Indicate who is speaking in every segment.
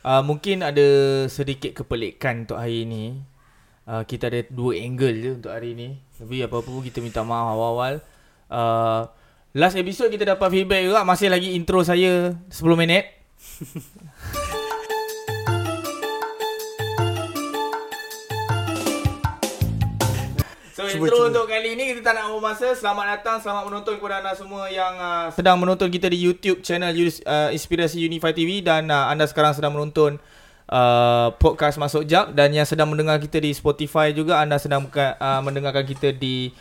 Speaker 1: Uh, mungkin ada sedikit kepelikan untuk hari ini. Uh, kita ada dua angle je untuk hari ini. Tapi apa-apa pun kita minta maaf awal-awal. Uh, last episode kita dapat feedback juga masih lagi intro saya 10 minit. So
Speaker 2: Cuba,
Speaker 1: intro
Speaker 2: cuba.
Speaker 1: untuk kali ini kita tak nak buang masa. Selamat datang, selamat menonton kepada anda semua yang uh, sedang menonton kita di YouTube channel Yus- uh, Inspirasi Unify TV dan uh, anda sekarang sedang menonton uh, podcast Masuk Jak dan yang sedang mendengar kita di Spotify juga anda sedang buka- uh, mendengarkan kita di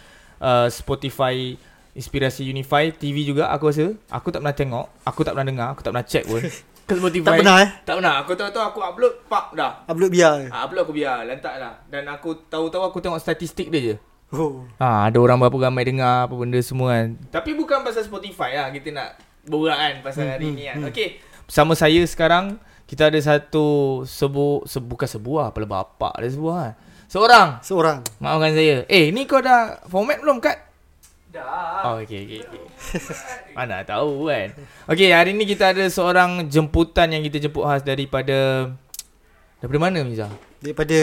Speaker 1: uh, Spotify Inspirasi Unify TV juga aku rasa. Aku tak pernah tengok, aku tak pernah dengar, aku tak pernah check pun. Ke Spotify.
Speaker 2: Tak pernah, eh?
Speaker 1: Tak pernah. Aku tahu-tahu aku upload, pak dah.
Speaker 2: Upload biar ke?
Speaker 1: Ah, upload aku biar, lantak lah. Dan aku tahu-tahu aku tengok statistik dia je.
Speaker 2: Oh.
Speaker 1: Ha, ada orang berapa ramai dengar apa benda semua kan. Tapi bukan pasal Spotify lah kita nak borak kan pasal hmm, hari hmm, ni kan. Hmm. Okey. Bersama saya sekarang kita ada satu sebu se, bukan sebuah apalah bapak ada sebuah kan. Seorang.
Speaker 2: Seorang.
Speaker 1: Maafkan saya. Eh, ni kau dah format belum kat? Dah. Oh, okey okey okey. Mana tahu kan. Okey, hari ni kita ada seorang jemputan yang kita jemput khas daripada daripada mana Miza?
Speaker 2: Daripada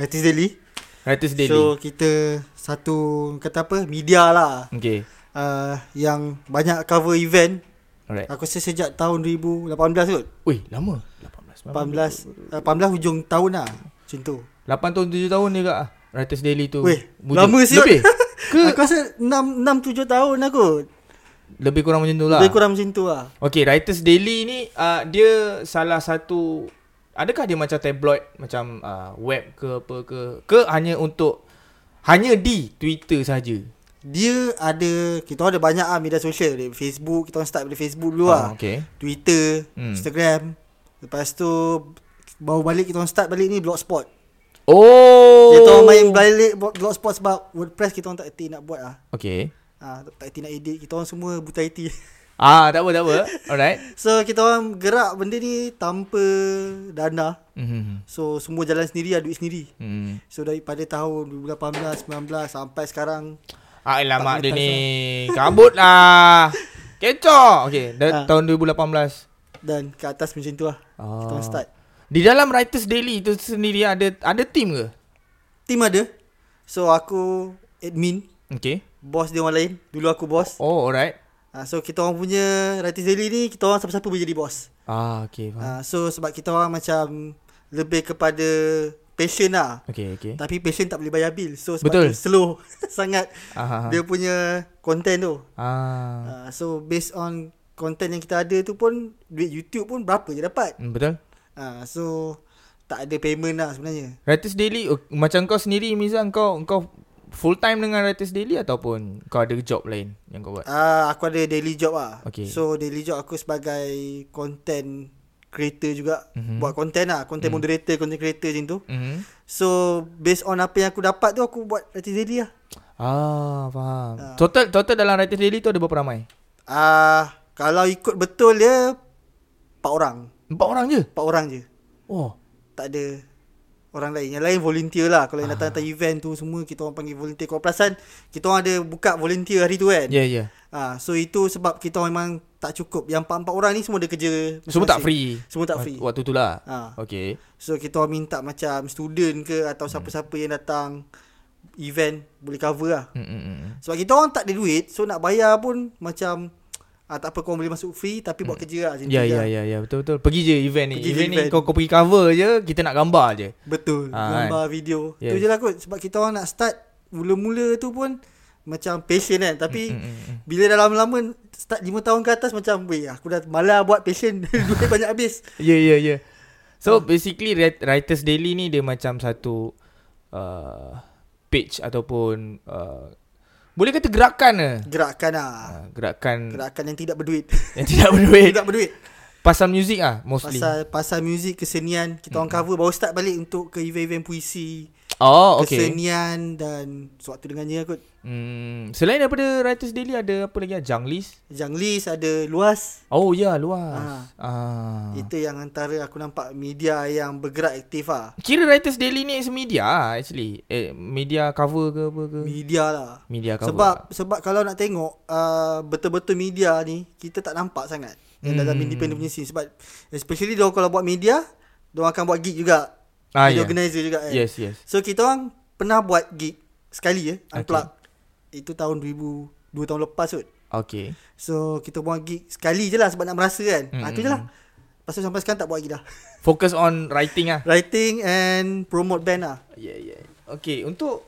Speaker 2: Artis Daily.
Speaker 1: Writers Daily. So,
Speaker 2: So kita satu kata apa media lah
Speaker 1: okey.
Speaker 2: uh, yang banyak cover event.
Speaker 1: Alright.
Speaker 2: Aku rasa sejak tahun 2018 kot.
Speaker 1: Ui, lama. 18.
Speaker 2: 18 uh, 18 hujung tahun lah. Macam tu.
Speaker 1: 8 tahun 7 tahun dia kat Writers Daily tu
Speaker 2: Weh,
Speaker 1: wujud.
Speaker 2: lama siot.
Speaker 1: Lebih ke
Speaker 2: Aku rasa 6 6 7 tahun lah kot.
Speaker 1: Lebih kurang macam tu lah
Speaker 2: Lebih kurang macam tu lah.
Speaker 1: Okay Writers Daily ni uh, Dia salah satu Adakah dia macam tabloid Macam uh, web ke apa ke Ke hanya untuk Hanya di Twitter saja.
Speaker 2: Dia ada kita orang ada banyak ah media sosial dari Facebook, kita orang start dari Facebook dulu
Speaker 1: Ah,
Speaker 2: lah.
Speaker 1: okay
Speaker 2: Twitter,
Speaker 1: Hmm.
Speaker 2: Instagram. Lepas tu baru balik kita orang start balik ni Blogspot.
Speaker 1: Oh
Speaker 2: Kita orang main balik Blogspot sebab WordPress kita orang tak erti nak buat ah.
Speaker 1: Okay
Speaker 2: Ah, tak, tak erti nak edit. Kita orang semua buta erti.
Speaker 1: Ah tak apa tak apa Alright
Speaker 2: so kita orang gerak benda ni tanpa dana.
Speaker 1: mm-hmm.
Speaker 2: So semua jalan sendiri, ada duit sendiri.
Speaker 1: Hmm.
Speaker 2: So daripada tahun 2018, 19 sampai sekarang
Speaker 1: Ah elah
Speaker 2: Tak
Speaker 1: mak dia
Speaker 2: kena
Speaker 1: ni Kabut lah Kecoh Okay da-
Speaker 2: Ah.
Speaker 1: Tahun 2018
Speaker 2: dan ke atas macam tu lah.
Speaker 1: Ah.
Speaker 2: Kita orang start.
Speaker 1: Di dalam Writers Daily itu sendiri ada ada team ke?
Speaker 2: Team ada. So aku admin,
Speaker 1: Okay.
Speaker 2: boss dia orang lain. Dulu aku boss.
Speaker 1: Oh, alright.
Speaker 2: Ah, so kita orang punya Ratis Daily ni kita orang siapa-siapa boleh jadi boss.
Speaker 1: Ah, okay. Faham.
Speaker 2: Ah, so sebab kita orang macam lebih kepada passion lah.
Speaker 1: Okay, okay.
Speaker 2: Tapi passion tak boleh bayar bil. So sebab
Speaker 1: Betul. Ha.
Speaker 2: tu slow sangat
Speaker 1: Aha.
Speaker 2: dia punya content tu.
Speaker 1: Ah,
Speaker 2: Ah, so based on content yang kita ada tu pun duit YouTube pun berapa je dapat.
Speaker 1: hmm, betul.
Speaker 2: Ah, so tak ada payment lah sebenarnya.
Speaker 1: Writers Daily oh, macam kau sendiri Miza kau kau full time dengan Writers Daily ataupun kau ada job lain yang kau buat?
Speaker 2: Ah, aku ada daily job lah.
Speaker 1: Okey.
Speaker 2: So daily job aku sebagai content creator juga. Mm-hmm. Buat content lah. Content mm. moderator, content creator macam tu.
Speaker 1: Mhm.
Speaker 2: So based on apa yang aku dapat tu aku buat artis daily lah.
Speaker 1: Ah, faham. Total total dalam Writers Daily tu ada berapa ramai?
Speaker 2: Ah, kalau ikut betul dia 4 orang.
Speaker 1: Empat orang je.
Speaker 2: 4 orang je.
Speaker 1: Oh.
Speaker 2: Tak ada orang lain. Yang lain volunteer lah. Kalau yang datang datang
Speaker 1: Ah.
Speaker 2: event tu semua kita orang panggil volunteer. Kalau perasan kita orang ada buka volunteer hari tu kan.
Speaker 1: Ya, yeah, ya. Yeah.
Speaker 2: Ah, so itu sebab kita orang memang tak cukup. Yang 4-4 orang ni semua ada kerja.
Speaker 1: Semua tak
Speaker 2: masing-masing.
Speaker 1: free.
Speaker 2: Semua tak free.
Speaker 1: Waktu tu lah.
Speaker 2: Ah.
Speaker 1: Okay.
Speaker 2: So kita orang minta macam student ke atau
Speaker 1: Hmm.
Speaker 2: siapa-siapa yang datang event boleh cover lah.
Speaker 1: Mm, mm, mm.
Speaker 2: Sebab kita orang tak ada duit so nak bayar pun macam ah, tak apa kau boleh masuk free tapi buat kerja lah. macam tu
Speaker 1: Ya
Speaker 2: je
Speaker 1: ya
Speaker 2: lah.
Speaker 1: ya ya betul betul. Pergi je event ni.
Speaker 2: Pergi je
Speaker 1: event,
Speaker 2: event.
Speaker 1: ni kau kau pergi cover je, kita nak gambar je.
Speaker 2: Betul.
Speaker 1: Ah,
Speaker 2: Gambar video.
Speaker 1: Yes.
Speaker 2: Tu je lah kot sebab kita orang nak start mula-mula tu pun macam passion kan tapi bila dah lama-lama start 5 tahun ke atas macam weh aku dah malah buat passion duit banyak habis.
Speaker 1: Ya ya ya. So basically Wri- Writers Daily ni dia macam satu uh, page ataupun uh, boleh kata gerakan lah.
Speaker 2: Gerakan lah.
Speaker 1: Uh, gerakan
Speaker 2: Gerakan yang tidak berduit.
Speaker 1: yang tidak berduit.
Speaker 2: tidak berduit.
Speaker 1: Pasal muzik ah mostly.
Speaker 2: Pasal pasal muzik kesenian kita orang cover baru start balik untuk ke event-event puisi
Speaker 1: Oh, okay.
Speaker 2: kesenian dan sewaktu dengannya kot.
Speaker 1: Hmm, selain daripada Writers Daily ada apa lagi? ah? Junglis?
Speaker 2: Janglis ada luas.
Speaker 1: Oh ya, yeah, luas. Ah.
Speaker 2: Itu yang antara aku nampak media yang bergerak aktif lah.
Speaker 1: Kira Writers Daily ni as media ah, actually. Eh, media cover ke apa ke?
Speaker 2: Media lah.
Speaker 1: Media cover.
Speaker 2: Sebab sebab kalau nak tengok uh, betul-betul media ni kita tak nampak sangat yang dalam
Speaker 1: Hmm.
Speaker 2: independent punya scene sebab especially dia kalau buat media dia akan buat gig juga.
Speaker 1: Ah, ya.
Speaker 2: Jadi organizer juga kan.
Speaker 1: Yes, yes.
Speaker 2: So kita orang pernah buat gig sekali ya, unplug. Itu tahun 2000 2 tahun lepas kot.
Speaker 1: Okay.
Speaker 2: So kita buat gig sekali je lah sebab nak merasa kan. Mm. Ha, tu je lah.
Speaker 1: Hmm.
Speaker 2: Lepas tu sampai sekarang tak buat lagi dah.
Speaker 1: Focus on writing ah.
Speaker 2: Writing and promote band lah.
Speaker 1: Ya yeah, ya. Yeah. Okay untuk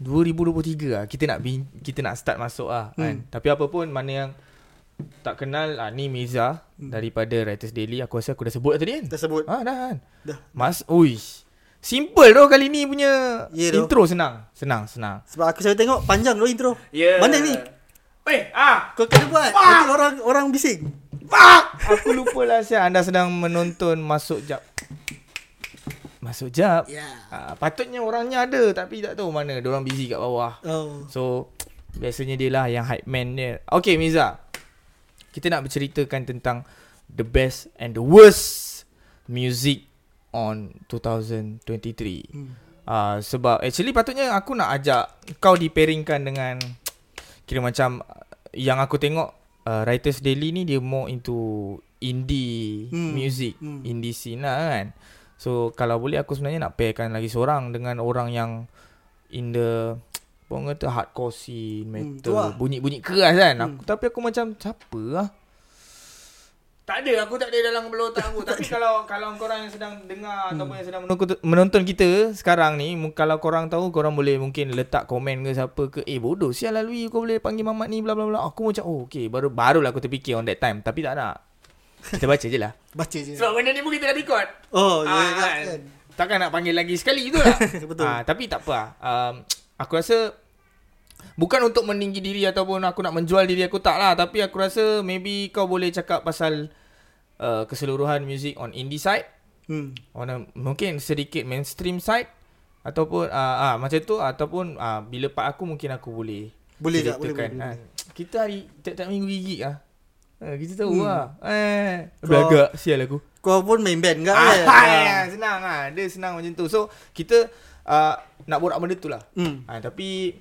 Speaker 1: 2023 ah kita nak bin, kita nak start masuk ah hmm. kan. Tapi apa pun mana yang tak kenal ah ni Miza hmm. daripada Writers Daily aku rasa aku dah sebut tadi kan.
Speaker 2: Dah sebut.
Speaker 1: Ah dah kan.
Speaker 2: Dah.
Speaker 1: Mas ui. Simple doh kali ni punya
Speaker 2: Ya,
Speaker 1: yeah,
Speaker 2: doh.
Speaker 1: intro senang. Senang senang.
Speaker 2: Sebab aku selalu tengok panjang dulu intro. Mana ni?
Speaker 1: Weh ah
Speaker 2: Kau kena buat. Nanti orang orang bising.
Speaker 1: aku lupa lah Syah anda sedang menonton Masuk Jap. Masuk Jap.
Speaker 2: Ya.
Speaker 1: Ah, patutnya orangnya ada tapi tak tahu mana. Diorang busy kat bawah.
Speaker 2: Oh.
Speaker 1: So Biasanya dia lah yang hype man dia Okay Miza Kita nak berceritakan tentang The best and the worst Music on 2023 hmm. uh, Sebab actually patutnya aku nak ajak Kau diperingkan dengan Kira macam uh, Yang aku tengok uh, Writers Daily ni dia more into Indie
Speaker 2: Hmm.
Speaker 1: music
Speaker 2: Hmm.
Speaker 1: Indie scene lah kan So kalau boleh aku sebenarnya nak pairkan lagi seorang Dengan orang yang in the apa orang kata hardcore scene
Speaker 2: Hmm,
Speaker 1: metal
Speaker 2: tu
Speaker 1: hmm,
Speaker 2: lah.
Speaker 1: bunyi-bunyi keras kan
Speaker 2: Hmm.
Speaker 1: aku tapi aku macam siapa lah tak ada aku tak ada dalam belah otak aku tapi kalau kalau korang yang sedang dengar hmm. ataupun yang sedang menonton, menonton kita sekarang ni mu- kalau korang tahu korang boleh mungkin letak komen ke siapa ke eh bodoh sial lah Lui kau boleh panggil mamat ni bla bla bla aku macam oh okay baru barulah aku terfikir on that time tapi tak nak kita baca je lah
Speaker 2: Baca je.
Speaker 1: sebab benda ni pun kita dah record
Speaker 2: Oh, ya,
Speaker 1: Ah,
Speaker 2: ya,
Speaker 1: kan.
Speaker 2: kan.
Speaker 1: Takkan nak panggil lagi sekali tu lah.
Speaker 2: Betul.
Speaker 1: Ah, tapi tak apa lah. Um, aku rasa bukan untuk meninggi diri ataupun aku nak menjual diri aku tak lah. Tapi aku rasa maybe kau boleh cakap pasal uh, keseluruhan music on indie side.
Speaker 2: Hmm.
Speaker 1: On a, mungkin sedikit mainstream side. Ataupun uh, ah, macam tu. Ataupun uh, bila part aku mungkin aku boleh
Speaker 2: Boleh tak? Boleh,
Speaker 1: ceritakan.
Speaker 2: boleh,
Speaker 1: Ah,
Speaker 2: boleh.
Speaker 1: Kita hari tiap-tiap minggu gigit lah. Ah, kita tahu
Speaker 2: Hmm.
Speaker 1: lah. Eh,
Speaker 2: Kau-
Speaker 1: belagak sial aku.
Speaker 2: Kau pun main band kan?
Speaker 1: Ah,
Speaker 2: kan?
Speaker 1: ah, senang ah. Dia senang macam tu. So kita uh, nak borak benda tu lah.
Speaker 2: Hmm.
Speaker 1: Ah, tapi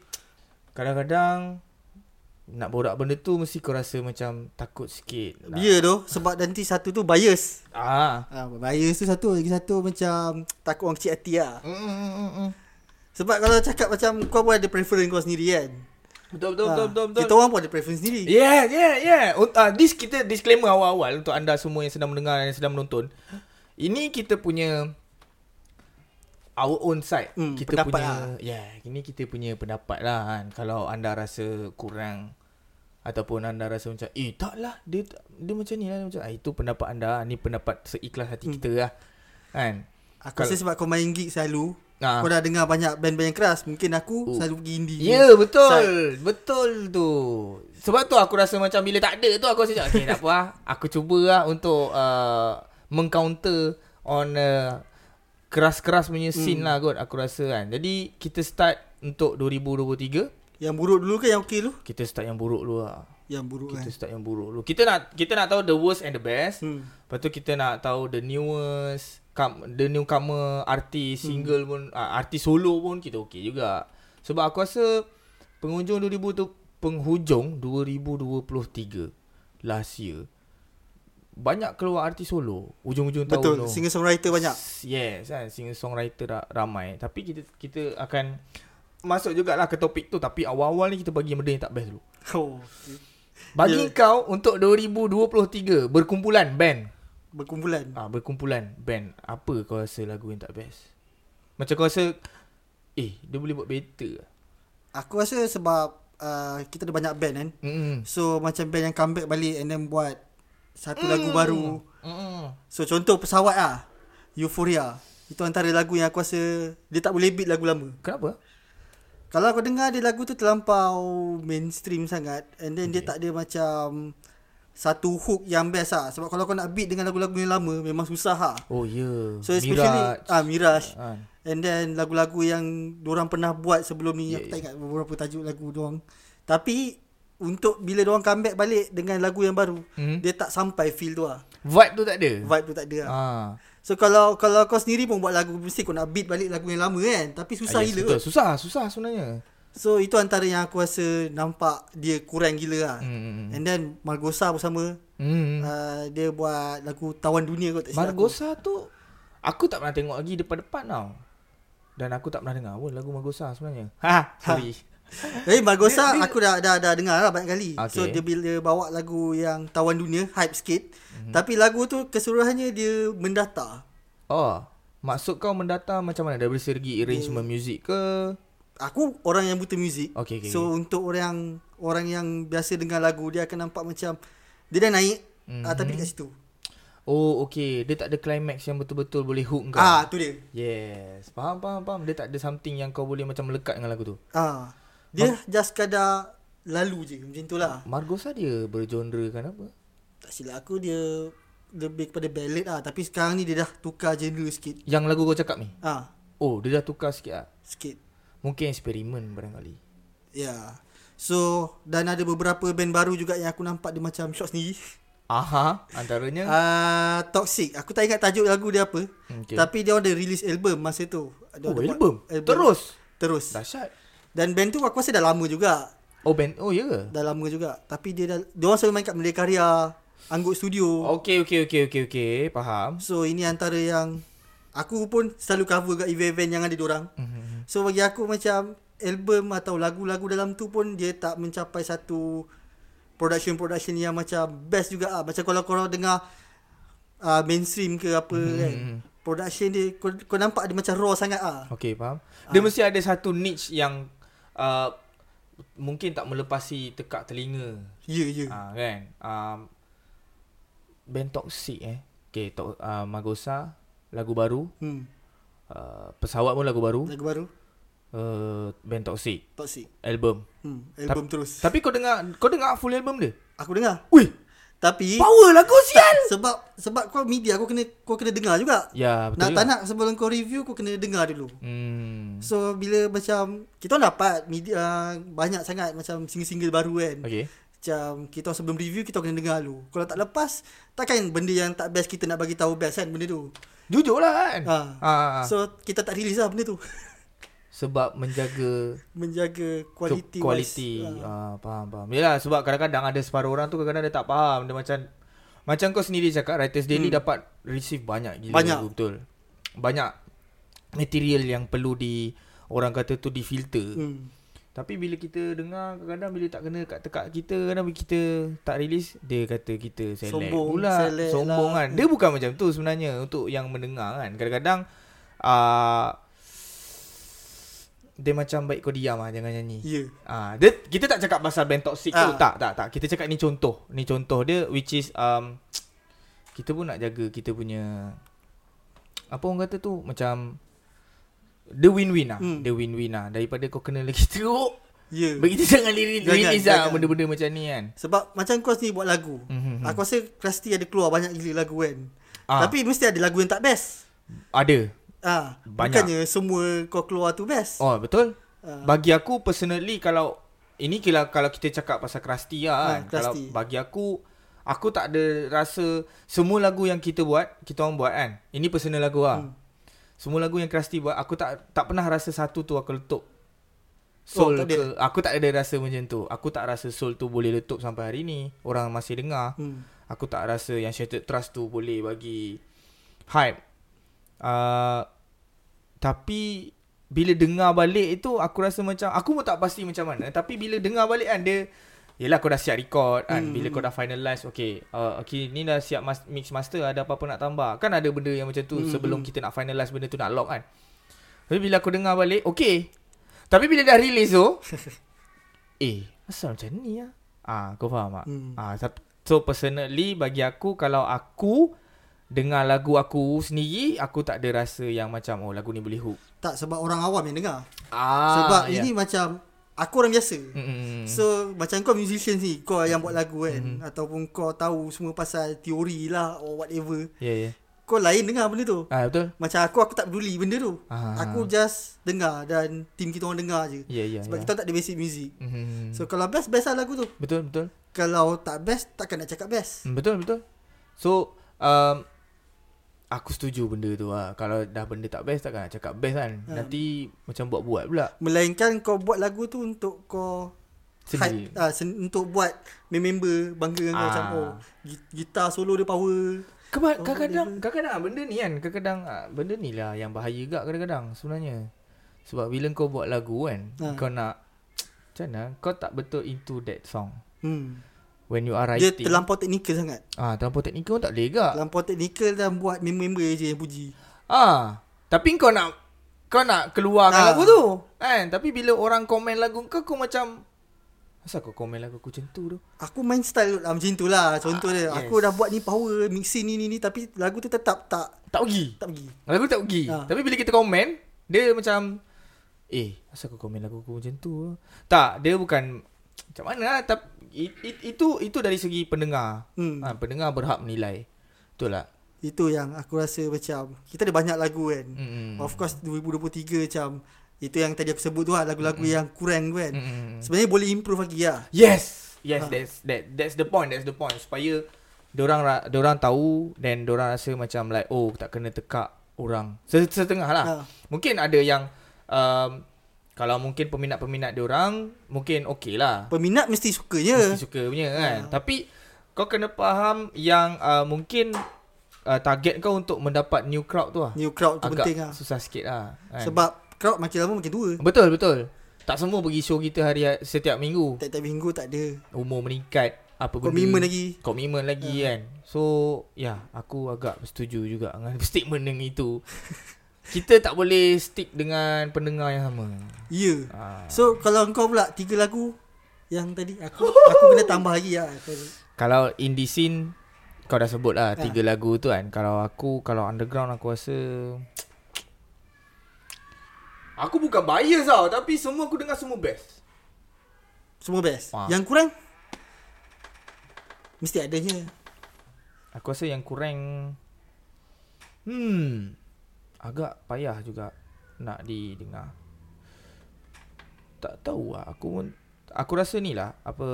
Speaker 1: kadang-kadang nak borak benda tu mesti kau rasa macam takut sikit. Lah.
Speaker 2: Ya tu sebab nanti satu tu bias.
Speaker 1: Ah.
Speaker 2: Ah, bias tu satu lagi satu macam takut orang kecil hati lah.
Speaker 1: Mm, mm, mm, mm.
Speaker 2: Sebab kalau cakap macam kau pun ada preference kau sendiri kan.
Speaker 1: Betul betul
Speaker 2: Ah,
Speaker 1: betul betul. betul.
Speaker 2: Kita orang pun ada preference sendiri.
Speaker 1: Yeah, yeah, yeah. Ut- Uh, this kita disclaimer awal-awal untuk anda semua yang sedang mendengar dan yang sedang menonton. Ini kita punya our own side.
Speaker 2: Hmm,
Speaker 1: kita
Speaker 2: pendapat
Speaker 1: punya yeah, ini kita punya pendapat lah kan. Kalau anda rasa kurang ataupun anda rasa macam eh taklah dia tak- dia macam ni lah dia macam ah, itu pendapat anda ni pendapat seikhlas hati
Speaker 2: Hmm.
Speaker 1: kita lah kan
Speaker 2: Aku rasa sebab kau main gig selalu,
Speaker 1: Ah.
Speaker 2: kau dah dengar banyak band-band yang keras, mungkin aku
Speaker 1: Oh.
Speaker 2: selalu pergi indie.
Speaker 1: Ya yeah, betul
Speaker 2: Side.
Speaker 1: Betul tu Sebab tu aku rasa macam Bila tak ada tu Aku rasa macam Okay tak apa lah Aku cuba lah untuk uh, Mengcounter On uh, Keras-keras punya scene hmm. lah kot Aku rasa kan Jadi kita start Untuk 2023
Speaker 2: Yang buruk dulu ke yang okey dulu?
Speaker 1: Kita start yang buruk dulu lah
Speaker 2: Yang buruk
Speaker 1: Kita
Speaker 2: kan.
Speaker 1: start yang buruk dulu Kita nak Kita nak tahu the worst and the best hmm.
Speaker 2: Hmm.
Speaker 1: Lepas tu kita nak tahu The newest come, The newcomer Artis single pun uh, Artis solo pun Kita okey juga Sebab aku rasa Penghujung 2000 tu Penghujung 2023 Last year Banyak keluar artis solo Ujung-ujung tahun
Speaker 2: Betul,
Speaker 1: tu.
Speaker 2: singer songwriter banyak.
Speaker 1: Yes kan Singer songwriter ra- ramai Tapi kita kita akan Masuk jugalah ke topik tu Tapi awal-awal ni kita bagi benda yang tak best dulu
Speaker 2: Oh.
Speaker 1: Bagi yeah. kau untuk 2023 Berkumpulan band
Speaker 2: Berkumpulan.
Speaker 1: Ah berkumpulan band apa kau rasa lagu yang tak best? Macam kau rasa eh dia boleh buat better. lah.
Speaker 2: Aku rasa sebab uh, kita ada banyak band kan.
Speaker 1: Hmm.
Speaker 2: So macam band yang comeback balik and then buat satu lagu baru.
Speaker 1: Hmm.
Speaker 2: So contoh pesawat ah. Euphoria. Itu antara lagu yang aku rasa dia tak boleh beat lagu lama.
Speaker 1: Kenapa?
Speaker 2: Kalau aku dengar dia lagu tu terlampau mainstream sangat and then okay. dia tak ada macam satu hook yang best ah. Sebab kalau kau nak beat dengan lagu-lagu yang lama memang susah ah.
Speaker 1: Oh ya. Yeah.
Speaker 2: So especially ah Mirage.
Speaker 1: kan.
Speaker 2: And then lagu-lagu yang Diorang pernah buat
Speaker 1: Ya,
Speaker 2: sebelum ni yeah, Aku tak ingat beberapa tajuk lagu diorang Tapi Untuk bila diorang comeback balik Dengan lagu yang baru
Speaker 1: Mhm.
Speaker 2: Dia tak sampai feel tu lah
Speaker 1: Vibe tu tak ada.
Speaker 2: Vibe tu tak ada lah
Speaker 1: Ah.
Speaker 2: So kalau kalau kau sendiri pun buat lagu Mesti kau nak beat balik lagu yang lama kan Tapi susah
Speaker 1: Ah, yes,
Speaker 2: gila
Speaker 1: betul. Susah, susah sebenarnya.
Speaker 2: So itu antara yang aku rasa Nampak dia kurang gila lah
Speaker 1: Hmm.
Speaker 2: And then Margosa pun sama
Speaker 1: Hmm.
Speaker 2: uh, Dia buat lagu Tawan Dunia kot tak silap aku.
Speaker 1: Margosa tu aku tak pernah tengok lagi depan-depan tau. Dan aku tak pernah dengar pun lagu Margosa sebenarnya. Ha, sorry.
Speaker 2: Eh Margosa dia, aku dah, dah dah dengar lah banyak kali.
Speaker 1: Okay.
Speaker 2: Okay. So dia bila bawa lagu yang Tawan Dunia hype
Speaker 1: Mhm.
Speaker 2: sikit. Mm-hmm. Tapi lagu tu keseluruhannya dia mendata.
Speaker 1: Oh, maksud kau mendata macam mana dari segi arrangement
Speaker 2: Hmm.
Speaker 1: music ke?
Speaker 2: Aku orang yang buta muzik.
Speaker 1: Okay, okay,
Speaker 2: so untuk orang yang orang yang biasa dengar lagu dia akan nampak macam dia dah naik mm-hmm.
Speaker 1: Mhm.
Speaker 2: uh, tapi dekat situ.
Speaker 1: Oh, okay. Dia tak ada climax yang betul-betul boleh hook kau.
Speaker 2: Ah tu dia.
Speaker 1: Yes. Faham, faham, faham. Dia tak ada something yang kau boleh macam melekat dengan lagu tu.
Speaker 2: Ah dia just kadar lalu je macam tu lah.
Speaker 1: Margosa dia bergenre kan apa?
Speaker 2: Tak silap aku dia lebih kepada ballad lah tapi sekarang ni dia dah tukar genre sikit.
Speaker 1: Yang lagu kau cakap ni?
Speaker 2: Ah
Speaker 1: Oh, dia dah tukar sikit ah.
Speaker 2: sikit.
Speaker 1: Mungkin eksperimen barangkali.
Speaker 2: Yeah. Ya. So dan ada beberapa band baru juga yang aku nampak dia macam shot sendiri.
Speaker 1: Aha, antaranya.
Speaker 2: Ah uh, Toxic. Aku tak ingat tajuk lagu dia apa.
Speaker 1: Okay.
Speaker 2: Okay. Tapi dia ada release album masa tu. Dia
Speaker 1: Oh,
Speaker 2: ada eh, buat
Speaker 1: album? Terus?
Speaker 2: Terus.
Speaker 1: Dahsyat.
Speaker 2: Dan band tu aku rasa dah lama juga.
Speaker 1: Oh, band. Oh, ya ke?
Speaker 2: Dah lama juga. Tapi dia dah dia orang selalu main kat Merdeka Karya, Anggut Studio.
Speaker 1: Okey okey okey okey okey, faham.
Speaker 2: So ini antara yang aku pun selalu cover kat event-event yang ada diorang.
Speaker 1: Mhm.
Speaker 2: Mm-hmm. So bagi aku macam album atau lagu-lagu dalam tu pun dia tak mencapai satu production-production yang macam best juga ah. Macam kalau korang dengar uh, mainstream ke apa
Speaker 1: Hmm,
Speaker 2: mm-hmm. kan. Production dia kau, kau nampak dia macam raw sangat ah.
Speaker 1: Okey, faham. Dia mesti ada satu niche yang uh, mungkin tak melepasi tekak telinga.
Speaker 2: Ya yeah, ya. Yeah.
Speaker 1: Ah kan. Um, band toxic eh. Okey, to- uh, Magosa lagu baru,
Speaker 2: Hmm.
Speaker 1: uh, pesawat pun lagu baru,
Speaker 2: Lagu baru
Speaker 1: uh, band toxic
Speaker 2: Toxic.
Speaker 1: album.
Speaker 2: Hmm, album terus.
Speaker 1: Tapi kau dengar kau dengar full album dia?
Speaker 2: Aku dengar.
Speaker 1: Wih,
Speaker 2: Tapi
Speaker 1: power lah kau sial.
Speaker 2: sebab sebab kau media kau kena kau kena dengar juga.
Speaker 1: Ya, betul.
Speaker 2: Nak
Speaker 1: juga.
Speaker 2: tak nak sebelum kau review kau kena dengar dulu.
Speaker 1: Hmm.
Speaker 2: So bila macam kita orang dapat media uh, banyak sangat macam single-single baru kan.
Speaker 1: Okey.
Speaker 2: Okay. Macam kita orang sebelum review kita orang kena dengar dulu. Kalau tak lepas takkan benda yang tak best kita nak bagi tahu best kan benda tu.
Speaker 1: Jujur lah kan.
Speaker 2: Ha.
Speaker 1: Ah.
Speaker 2: So kita tak release lah benda tu.
Speaker 1: Sebab menjaga
Speaker 2: Menjaga
Speaker 1: quality
Speaker 2: kualiti
Speaker 1: quality
Speaker 2: wise. Ha.
Speaker 1: ah, faham faham yalah sebab kadang-kadang ada separuh orang tu kadang-kadang dia tak faham dia macam macam kau sendiri cakap writers daily hmm. dapat receive banyak gila
Speaker 2: Banyak.
Speaker 1: lagu, betul banyak material yang perlu di orang kata tu difilter hmm.
Speaker 2: Hmm.
Speaker 1: tapi bila kita dengar kadang-kadang bila tak kena kat tekak kita kadang bila kita tak release dia kata kita selek
Speaker 2: Sombong,
Speaker 1: pula
Speaker 2: selek
Speaker 1: sombong
Speaker 2: lah.
Speaker 1: kan dia bukan macam tu sebenarnya untuk yang mendengar kan kadang-kadang ah dia macam baik kau diam ah jangan nyanyi
Speaker 2: Ya. Yeah.
Speaker 1: Ah, dia, kita tak cakap pasal band toxic tu.
Speaker 2: Ah.
Speaker 1: Tak, tak, tak. Kita cakap ni contoh. Ni contoh dia which is um, kita pun nak jaga kita punya apa orang kata tu macam the win-win lah.
Speaker 2: Hmm.
Speaker 1: The win-win lah. Daripada kau kena lagi teruk,
Speaker 2: Ya. Yeah.
Speaker 1: bagi kita jangan diri
Speaker 2: Jangan,
Speaker 1: release lah
Speaker 2: jangan.
Speaker 1: benda-benda macam ni kan.
Speaker 2: Sebab macam kau sendiri buat lagu.
Speaker 1: Mhm.
Speaker 2: Aku rasa pasti ada keluar banyak gila lagu kan.
Speaker 1: Ah.
Speaker 2: Tapi mesti ada lagu yang tak best.
Speaker 1: Ada.
Speaker 2: Ah,
Speaker 1: Banyak.
Speaker 2: Bukannya semua kau keluar tu best.
Speaker 1: Oh, betul?
Speaker 2: Ah.
Speaker 1: Bagi aku personally kalau ini kira kalau kita cakap pasal Krusty lah
Speaker 2: Ah,
Speaker 1: kan. kalau
Speaker 2: Krusty.
Speaker 1: bagi aku aku tak ada rasa semua lagu yang kita buat, kita orang buat kan. Ini personal lagu lah. Hmm. Semua lagu yang Krusty buat aku tak tak pernah rasa satu tu aku letup. Soul
Speaker 2: Oh, tak
Speaker 1: ke,
Speaker 2: ada.
Speaker 1: aku tak ada rasa macam tu. Aku tak rasa soul tu boleh letup sampai hari ni. Orang masih dengar. Hmm.
Speaker 2: Hmm.
Speaker 1: Aku tak rasa yang Shattered Trust tu boleh bagi hype. Uh, tapi bila dengar balik itu aku rasa macam aku pun tak pasti macam mana tapi bila dengar balik kan dia Yelah kau dah siap record kan Bila kau dah finalize Okay uh, Okay ni dah siap mas- mix master Ada apa-apa nak tambah Kan ada benda yang macam tu Sebelum kita nak finalize benda tu nak lock kan Tapi bila aku dengar balik Okay Tapi bila dah release tu Eh Asal macam ni lah Ah, Kau faham tak
Speaker 2: Hmm.
Speaker 1: ah, sat- So personally bagi aku Kalau aku Dengar lagu aku sendiri Aku tak ada rasa yang macam Oh lagu ni boleh hook
Speaker 2: Tak sebab orang awam yang dengar.
Speaker 1: ah, Hmm.
Speaker 2: Sebab ini macam aku orang biasa.
Speaker 1: Mm-mm.
Speaker 2: So macam kau musician
Speaker 1: Hmm.
Speaker 2: ni, kau yang buat lagu kan ataupun kau tahu semua pasal teori lah or whatever.
Speaker 1: Ya yeah, ya yeah.
Speaker 2: kau lain dengar benda tu.
Speaker 1: Ah betul.
Speaker 2: Macam aku aku tak peduli benda tu.
Speaker 1: Ah.
Speaker 2: Aku just dengar dan team kita orang dengar je.
Speaker 1: Ya ya.
Speaker 2: Sebab
Speaker 1: ya.
Speaker 2: kita tak ada basic music.
Speaker 1: Mhm.
Speaker 2: So kalau best best lah lagu tu.
Speaker 1: betul betul.
Speaker 2: Kalau tak best takkan nak cakap best.
Speaker 1: Hmm, Betul betul. So um, aku setuju benda tu lah. Kalau dah benda tak best takkan nak cakap best kan.
Speaker 2: Ha.
Speaker 1: Nanti macam buat-buat pula.
Speaker 2: Melainkan kau buat lagu tu untuk kau
Speaker 1: Sendiri.
Speaker 2: hype, ah, sen- untuk buat member bangga dengan kau
Speaker 1: Ah.
Speaker 2: macam oh gi- gitar solo dia power.
Speaker 1: Keba-
Speaker 2: Oh,
Speaker 1: kadang-kadang kadang-kadang benda ni kan kadang-kadang ah, benda ni lah yang bahaya juga kadang-kadang sebenarnya. Sebab bila kau buat lagu kan
Speaker 2: Ha.
Speaker 1: kau nak macam mana kau tak betul into that song.
Speaker 2: Hmm.
Speaker 1: When you are
Speaker 2: Dia
Speaker 1: writing.
Speaker 2: terlampau teknikal sangat.
Speaker 1: ah terlampau teknikal pun tak boleh gak.
Speaker 2: Terlampau teknikal dan buat member-member je yang puji.
Speaker 1: Ah, tapi kau nak kau nak keluarkan
Speaker 2: Ah.
Speaker 1: lagu tu. Kan? Tapi bila orang komen lagu kau kau macam Asal kau komen lagu aku macam tu tu?
Speaker 2: Aku main style lah macam tu lah Contoh
Speaker 1: Ah,
Speaker 2: dia
Speaker 1: yes.
Speaker 2: Aku dah buat ni power Mixing ni ni ni Tapi lagu tu tetap tak
Speaker 1: Tak pergi.
Speaker 2: Tak pergi
Speaker 1: Lagu tak pergi.
Speaker 2: Ah.
Speaker 1: Tapi bila kita komen, dia macam eh, asal kau komen lagu aku macam tu? Tak, dia bukan macam mana lah. Tapi it, it, itu itu dari segi pendengar.
Speaker 2: hmm.
Speaker 1: Ha, pendengar berhak menilai. Betul tak?
Speaker 2: Itu yang aku rasa macam Kita ada banyak lagu kan
Speaker 1: Hmm.
Speaker 2: Of course 2023 macam Itu yang tadi aku sebut tu lah Lagu-lagu yang kurang tu kan
Speaker 1: Hmm.
Speaker 2: Sebenarnya boleh improve lagi lah
Speaker 1: Yes. Yes,
Speaker 2: Ha.
Speaker 1: that's that that's the point. That's the point. Supaya diorang ra- diorang tahu dan diorang rasa macam like oh tak kena tekak orang. Se- Setengah lah.
Speaker 2: ha.
Speaker 1: Mungkin ada yang um, kalau mungkin peminat-peminat diorang mungkin okey lah.
Speaker 2: Peminat mesti suka je
Speaker 1: Mesti suka punya kan.
Speaker 2: Ha.
Speaker 1: Tapi kau kena faham yang uh, mungkin uh, target kau untuk mendapat new crowd tu lah.
Speaker 2: New crowd tu
Speaker 1: Agak
Speaker 2: Ya, penting lah
Speaker 1: susah sikit lah. Kan? Hmm.
Speaker 2: Sebab crowd makin lama makin tua
Speaker 1: betul betul. Tak semua pergi show kita hari setiap minggu.
Speaker 2: Tiap-tiap minggu tak ada
Speaker 1: Umur meningkat apa benda.
Speaker 2: Komitmen lagi
Speaker 1: Komitmen lagi kan. So ya, aku agak setuju juga dengan statement yang itu. kita tak boleh stick dengan pendengar yang sama.
Speaker 2: Ya yeah.
Speaker 1: Ha.
Speaker 2: So kalau kau pula Tiga lagu Yang tadi Aku aku kena tambah lagi lah
Speaker 1: Kalau indie scene Kau dah sebut lah
Speaker 2: Ha.
Speaker 1: Tiga lagu tu kan Kalau aku Kalau underground aku rasa Aku bukan bias tau Tapi semua aku dengar semua best
Speaker 2: Semua best
Speaker 1: Ah.
Speaker 2: Yang kurang Mesti adanya
Speaker 1: Aku rasa yang kurang Hmm Agak payah juga Nak didengar Tak tahu lah Aku pun Aku rasa ni lah Apa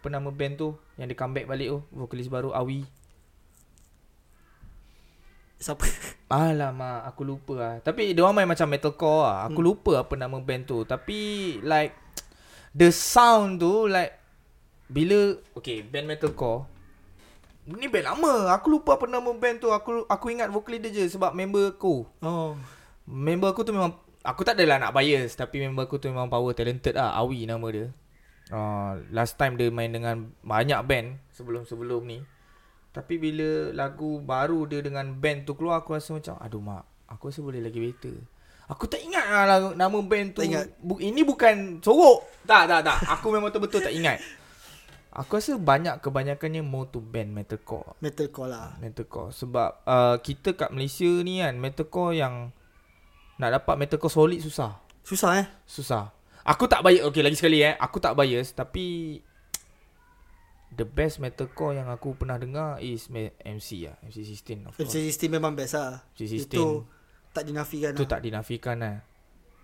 Speaker 1: Apa nama band tu Yang dia comeback balik tu Vokalis baru Awi
Speaker 2: Siapa
Speaker 1: Alamak, aku lupa lah. Tapi dia orang main macam metalcore lah. Aku hmm. lupa apa nama band tu. Tapi like the sound tu like bila okay, band metalcore ni band lama. Aku lupa apa nama band tu. Aku aku ingat vokal dia je sebab member aku.
Speaker 2: Oh
Speaker 1: Member aku tu memang Aku tak adalah nak bias Tapi member aku tu memang power talented lah Awi nama dia uh, Last time dia main dengan banyak band Sebelum-sebelum ni Tapi bila lagu baru dia dengan band tu keluar Aku rasa macam Aduh mak Aku rasa boleh lagi better Aku tak ingat lah lagu- nama band tu
Speaker 2: Tak ingat.
Speaker 1: Bu- Ini bukan sorok Tak tak tak Aku memang betul-betul tak ingat Aku rasa banyak kebanyakannya more to band metalcore
Speaker 2: Metalcore lah
Speaker 1: metalcore sebab uh, kita kat Malaysia ni kan metalcore yang nak dapat metalcore solid susah.
Speaker 2: Susah eh
Speaker 1: Susah. Aku tak bias. Okey lagi sekali eh. Aku tak bias tapi the best metalcore yang aku pernah dengar is me- MC lah. MC16 of course.
Speaker 2: MC16 memang best lah
Speaker 1: MC16
Speaker 2: Itu tak dinafikan
Speaker 1: tu tak dinafikan lah.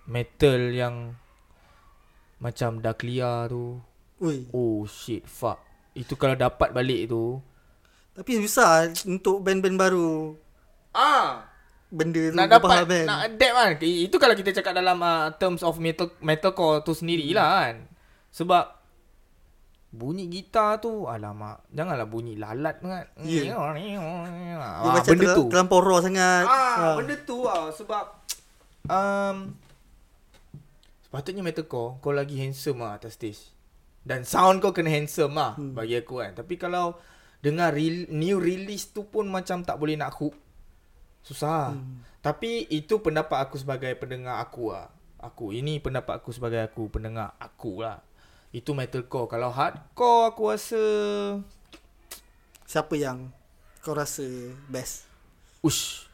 Speaker 1: Metal yang macam Daklia tu.
Speaker 2: Ui.
Speaker 1: Oh shit fuck. Itu kalau dapat balik tu.
Speaker 2: Tapi susah Untuk band-band baru
Speaker 1: Ah,
Speaker 2: Benda tu
Speaker 1: nak
Speaker 2: faham
Speaker 1: dapat nak adapt kan I- itu kalau kita cakap dalam uh, terms of metal metalcore tu sendirilah
Speaker 2: Hmm.
Speaker 1: kan sebab bunyi gitar tu alamak janganlah bunyi lalat sangat Hmm.
Speaker 2: Ya. Dia
Speaker 1: ah, benda
Speaker 2: macam terla-
Speaker 1: tu
Speaker 2: Terlampau raw sangat
Speaker 1: ah benda tu ah sebab um sepatutnya metalcore kau lagi handsome ah atas stage dan sound kau kena handsome ah hmm. bagi aku kan tapi kalau dengar re- new release tu pun macam tak boleh nak hook susah hmm. tapi itu pendapat aku sebagai pendengar aku ah aku ini pendapat aku sebagai aku pendengar aku lah itu metalcore kalau hardcore aku rasa
Speaker 2: Siapa yang Kau rasa best
Speaker 1: ush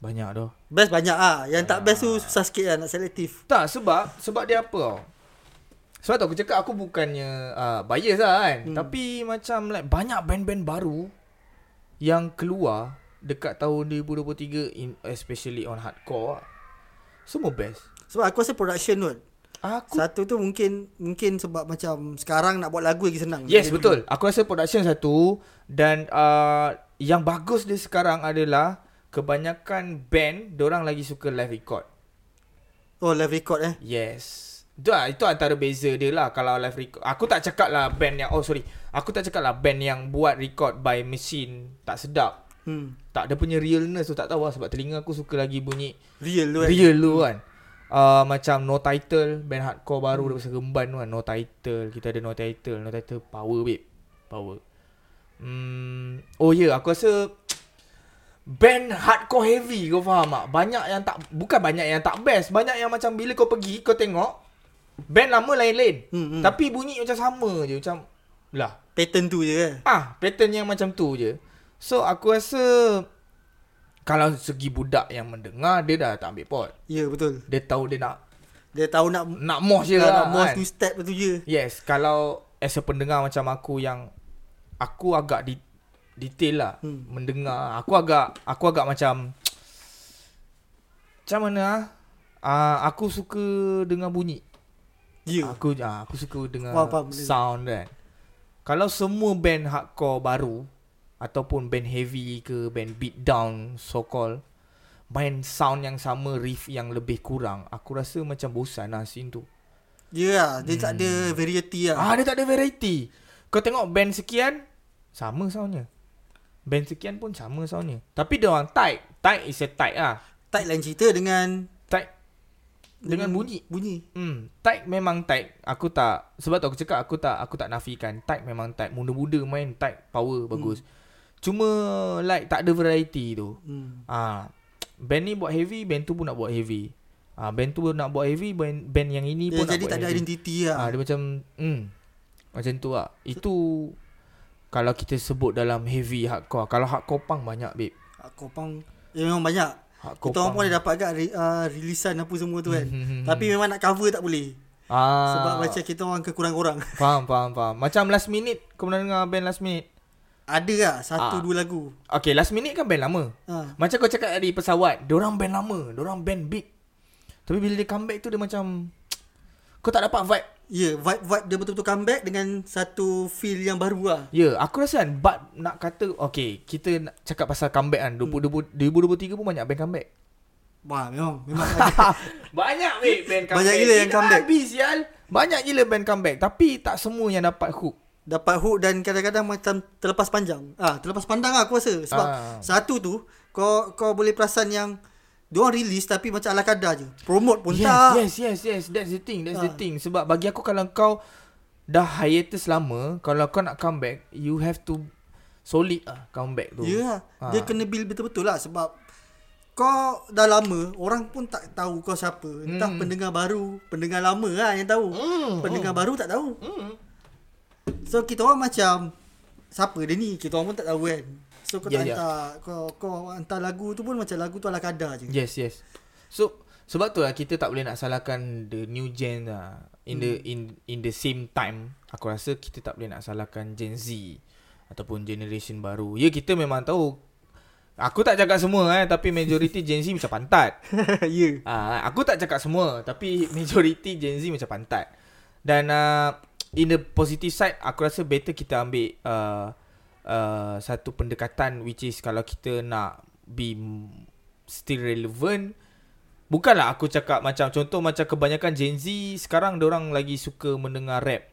Speaker 1: banyak dah
Speaker 2: Best banyak ah Yang tak best tu Susah sikit lah Nak selektif
Speaker 1: Tak sebab Sebab dia apa tau Sebab tu aku cakap Aku bukannya uh, Bias lah kan hmm. Tapi macam like Banyak band-band baru Yang keluar dekat tahun 2023 in, especially on hardcore lah, semua best.
Speaker 2: Sebab aku rasa production kot.
Speaker 1: Aku
Speaker 2: Satu tu mungkin mungkin sebab macam sekarang nak buat lagu lagi senang.
Speaker 1: Yes
Speaker 2: Daripada
Speaker 1: betul Aku rasa production satu Dan uh, Yang bagus dia sekarang adalah Kebanyakan band Diorang lagi suka live record
Speaker 2: dulu. Oh, live record eh.
Speaker 1: Yes itu, lah, itu antara beza dia lah Kalau live record Aku tak cakap lah band yang Oh sorry Aku tak cakap lah band yang buat record by machine Tak sedap
Speaker 2: Hmm.
Speaker 1: Tak ada punya realness tu tak tahu lah Sebab telinga aku suka lagi bunyi
Speaker 2: Real tu eh.
Speaker 1: Real tu kan uh, Macam no title Band hardcore baru hmm. Daripada Seremban tu kan No title Kita ada no title No title power babe Power hmm, Oh ya yeah, aku rasa Band hardcore heavy Kau faham tak Banyak yang tak Bukan banyak yang tak best Banyak yang macam Bila kau pergi Kau tengok Band lama lain-lain
Speaker 2: Hmm,
Speaker 1: hmm.
Speaker 2: hmm.
Speaker 1: Tapi bunyi macam sama je Macam Lah
Speaker 2: Pattern tu je eh.
Speaker 1: Ah, pattern yang macam tu je. So aku rasa kalau segi budak yang mendengar dia dah tak ambil pot.
Speaker 2: Ya, yeah, betul.
Speaker 1: Dia tahu dia nak
Speaker 2: Dia tahu nak
Speaker 1: nak mosh je
Speaker 2: yeah,
Speaker 1: lah,
Speaker 2: nak more
Speaker 1: kan.
Speaker 2: two step tu je.
Speaker 1: Yes, kalau as a pendengar macam aku yang aku agak di, detail lah
Speaker 2: Hmm.
Speaker 1: hmm. mendengar. Aku agak aku agak macam macam mana ah? Uh, aku suka dengar bunyi.
Speaker 2: Ya. Yeah.
Speaker 1: Aku ah, aku suka dengar
Speaker 2: Faham, faham, boleh.
Speaker 1: sound kan. Kalau semua band hardcore baru ataupun band heavy ke band beat down so called main sound yang sama riff yang lebih kurang aku rasa macam bosan lah scene tu.
Speaker 2: Ya lah. Dia tak ada variety lah.
Speaker 1: Ah dia tak ada variety. Kau tengok band sekian sama soundnya. Band sekian pun sama soundnya. Tapi dia orang tight. Tight is a tight lah.
Speaker 2: Tight lain cerita dengan
Speaker 1: Tight dengan bunyi.
Speaker 2: Bunyi.
Speaker 1: Hmm, tight memang tight. Aku tak sebab tu aku cakap aku tak aku tak nafikan. Tight memang tight. Muda-muda main tight power
Speaker 2: Hmm.
Speaker 1: bagus. Cuma like tak ada variety tu.
Speaker 2: Hmm.
Speaker 1: Ah, band ni buat heavy, band tu pun nak buat heavy. Ah, band tu nak buat heavy, band, band yang ini
Speaker 2: Dia
Speaker 1: pun
Speaker 2: Eh, jadi
Speaker 1: nak buat
Speaker 2: tak ada
Speaker 1: heavy.
Speaker 2: identiti
Speaker 1: Ah,
Speaker 2: lah.
Speaker 1: dia macam hmm, macam tu lah. Itu kalau kita sebut dalam heavy hardcore. Kalau hardcore punk banyak babe.
Speaker 2: Kopang. Ya, memang banyak.
Speaker 1: Hardcore
Speaker 2: Kita orang pun
Speaker 1: punk.
Speaker 2: ada dapat agak re, uh, rilisan apa semua tu kan.
Speaker 1: Hmm, hmm, hmm,
Speaker 2: Tapi memang nak cover tak boleh.
Speaker 1: ah,
Speaker 2: Sebab macam kita orang kekurang orang.
Speaker 1: Faham, faham, faham. Macam last minute kau pernah dengar band last minute?
Speaker 2: ada lah
Speaker 1: Ah.
Speaker 2: satu dua lagu.
Speaker 1: Okay last minute kan band lama
Speaker 2: Ha.
Speaker 1: Macam kau cakap tadi pesawat Diorang band lama Diorang band big Tapi bila dia comeback tu dia macam Kau tak dapat vibe
Speaker 2: Ya, yeah, vibe-vibe dia betul-betul comeback dengan satu feel yang baru lah.
Speaker 1: Ya yeah, aku rasa kan But nak kata Okay kita nak cakap pasal comeback kan
Speaker 2: Hmm.
Speaker 1: 2020, 2023 pun banyak band comeback
Speaker 2: Wah, memang memang ada.
Speaker 1: Banyak weh band
Speaker 2: Banyak gila yang
Speaker 1: Tidak
Speaker 2: comeback.
Speaker 1: habis sial Banyak gila band comeback Tapi tak semua yang dapat hook
Speaker 2: dapat hook dan kadang-kadang macam terlepas panjang. Ah, terlepas pandang lah aku rasa sebab
Speaker 1: Ah.
Speaker 2: satu tu kau kau boleh perasan yang dia orang release tapi macam ala kadar je. Promote pun
Speaker 1: yes,
Speaker 2: tak. Ah.
Speaker 1: Yes, yes, yes. That's the thing. That's the thing. Sebab bagi aku kalau kau dah hiatus lama, kalau kau nak come back, you have to solid ah come back tu.
Speaker 2: Ya, yeah,
Speaker 1: Ha.
Speaker 2: dia kena build betul-betul lah sebab kau dah lama orang pun tak tahu kau siapa. Entah pendengar baru, pendengar lama lah yang tahu. Pendengar baru tak tahu.
Speaker 1: Hmm. Hmm.
Speaker 2: So kita orang macam siapa dia ni? Kita orang pun tak tahu kan. So kau
Speaker 1: Ya,
Speaker 2: yeah, tak
Speaker 1: ya.
Speaker 2: hantar kau kau hantar lagu tu pun macam lagu tu ala kadar je.
Speaker 1: Yes, yes. So sebab tu lah kita tak boleh nak salahkan the new gen lah. In the in in the same time, aku rasa kita tak boleh nak salahkan Gen Z ataupun generation baru. Ya kita memang tahu Aku tak cakap semua eh tapi majoriti Gen Z macam pantat.
Speaker 2: ya. Yeah.
Speaker 1: Ah, aku tak cakap semua tapi majoriti Gen Z macam pantat. Dan uh, in the positive side aku rasa better kita ambil uh, uh, satu pendekatan which is kalau kita nak be m- still relevant bukanlah aku cakap macam contoh macam kebanyakan Gen Z sekarang orang lagi suka mendengar rap.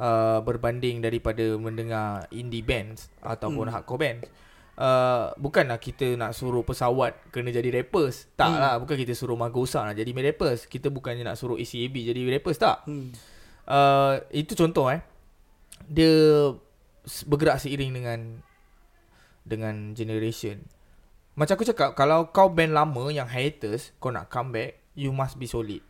Speaker 1: Uh, berbanding daripada mendengar indie bands ataupun hmm. hardcore bands. Uh, bukanlah kita nak suruh pesawat kena jadi rappers. Tak hmm. lah. Bukan kita suruh Magosa nak jadi rappers. Kita bukannya nak suruh ACAB jadi rappers. Tak.
Speaker 2: Hmm.
Speaker 1: Uh, itu contoh eh. Dia s- bergerak seiring dengan dengan generation. Macam aku cakap, kalau kau band lama yang hiatus, kau nak comeback, you must be solid.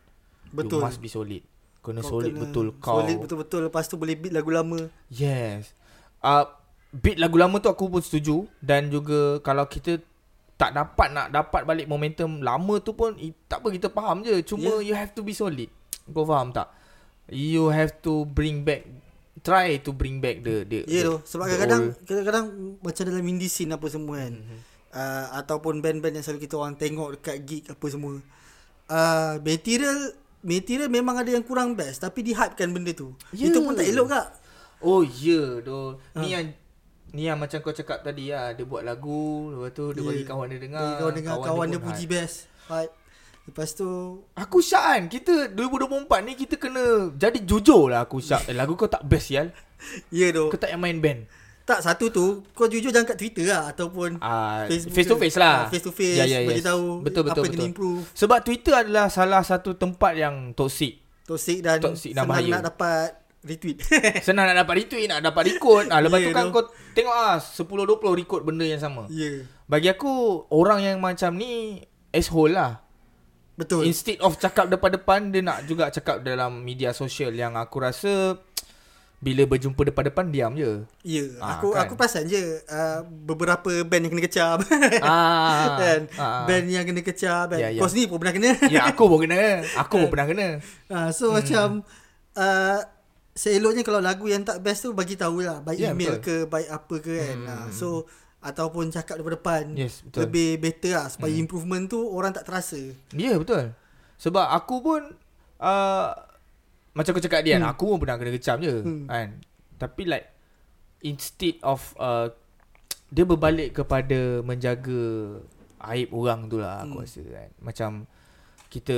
Speaker 2: Betul.
Speaker 1: You must be solid. Kena solid betul kau.
Speaker 2: Solid betul-betul lepas tu boleh beat lagu lama.
Speaker 1: Yes. Uh, beat lagu lama tu aku pun setuju dan juga kalau kita tak dapat nak dapat balik momentum lama tu pun i- tak apa kita faham je. Cuma yeah. you have to be solid. Kau faham tak? You have to bring back try to bring back the the
Speaker 2: Ya yeah,
Speaker 1: the-
Speaker 2: tu sebab
Speaker 1: the
Speaker 2: kadang-kadang
Speaker 1: old- Mhm.
Speaker 2: kadang-kadang macam dalam indie scene apa semua kan. uh, ataupun band-band yang selalu kita orang tengok dekat gig apa semua. Uh, material material memang ada yang kurang best tapi dihypekan benda tu.
Speaker 1: Ya.
Speaker 2: Yeah. Itu pun tak elok kak.
Speaker 1: Oh ya yeah, doh.
Speaker 2: Ah.
Speaker 1: Ni yang ni yang macam kau cakap tadi lah. Dia buat lagu, lepas tu dia yeah. bagi kawan dia dengar.
Speaker 2: Bagi kawan dengar, kawan, kawan dia,
Speaker 1: pun
Speaker 2: puji
Speaker 1: hype.
Speaker 2: best. Hype. Lepas tu
Speaker 1: Aku Syaan, kita 2024 ni kita kena jadi jujur lah aku Syak. Eh, lagu kau tak best sial.
Speaker 2: Ya yeah, doh.
Speaker 1: Kau tak yang main band.
Speaker 2: Tak satu tu Kau jujur jangan kat Twitter lah Ataupun
Speaker 1: Ah,
Speaker 2: Facebook
Speaker 1: face to
Speaker 2: ke.
Speaker 1: face lah.
Speaker 2: Ah, face to face, beritahu
Speaker 1: betul, betul,
Speaker 2: apa
Speaker 1: betul.
Speaker 2: kena improve.
Speaker 1: Sebab Twitter adalah salah satu tempat yang toksik.
Speaker 2: Toxic dan
Speaker 1: Toxic dan
Speaker 2: Senang
Speaker 1: bahaya.
Speaker 2: nak dapat Retweet
Speaker 1: Senang nak dapat retweet, nak dapat record. Ah, lepas tu
Speaker 2: Yeah,
Speaker 1: kan
Speaker 2: doh.
Speaker 1: kau tengok ah 10 20 record benda yang sama.
Speaker 2: Ya yeah.
Speaker 1: Bagi aku orang yang macam ni asshole lah.
Speaker 2: Betul
Speaker 1: Instead of cakap depan-depan Dia nak juga cakap dalam media sosial Yang aku rasa Bila berjumpa depan-depan Diam je
Speaker 2: Ya,
Speaker 1: Ah,
Speaker 2: aku
Speaker 1: kan?
Speaker 2: aku perasan je uh, beberapa band yang kena kecam.
Speaker 1: Ah,
Speaker 2: kan?
Speaker 1: ah, ah.
Speaker 2: band yang kena kecam, band.
Speaker 1: Ya, ya.
Speaker 2: Kau sendiri pun pernah kena.
Speaker 1: Ya aku pun kena Aku pun pernah kena
Speaker 2: Ah, so hmm. macam uh, seeloknya kalau lagu yang tak best tu bagi tahu lah by
Speaker 1: Ya,
Speaker 2: yeah, email
Speaker 1: betul.
Speaker 2: betul. ke by apa ke kan. Hmm. Ah, so ataupun cakap depan-depan.
Speaker 1: Yes, betul.
Speaker 2: lebih better lah supaya hmm. improvement tu orang tak terasa.
Speaker 1: Ya betul Sebab aku pun uh, Macam aku cakap dia hmm. Aku pun pernah kena kecam je hmm. kan? Tapi like Instead of uh, Dia berbalik kepada Menjaga Aib orang tu lah Aku hmm. rasa kan Macam Kita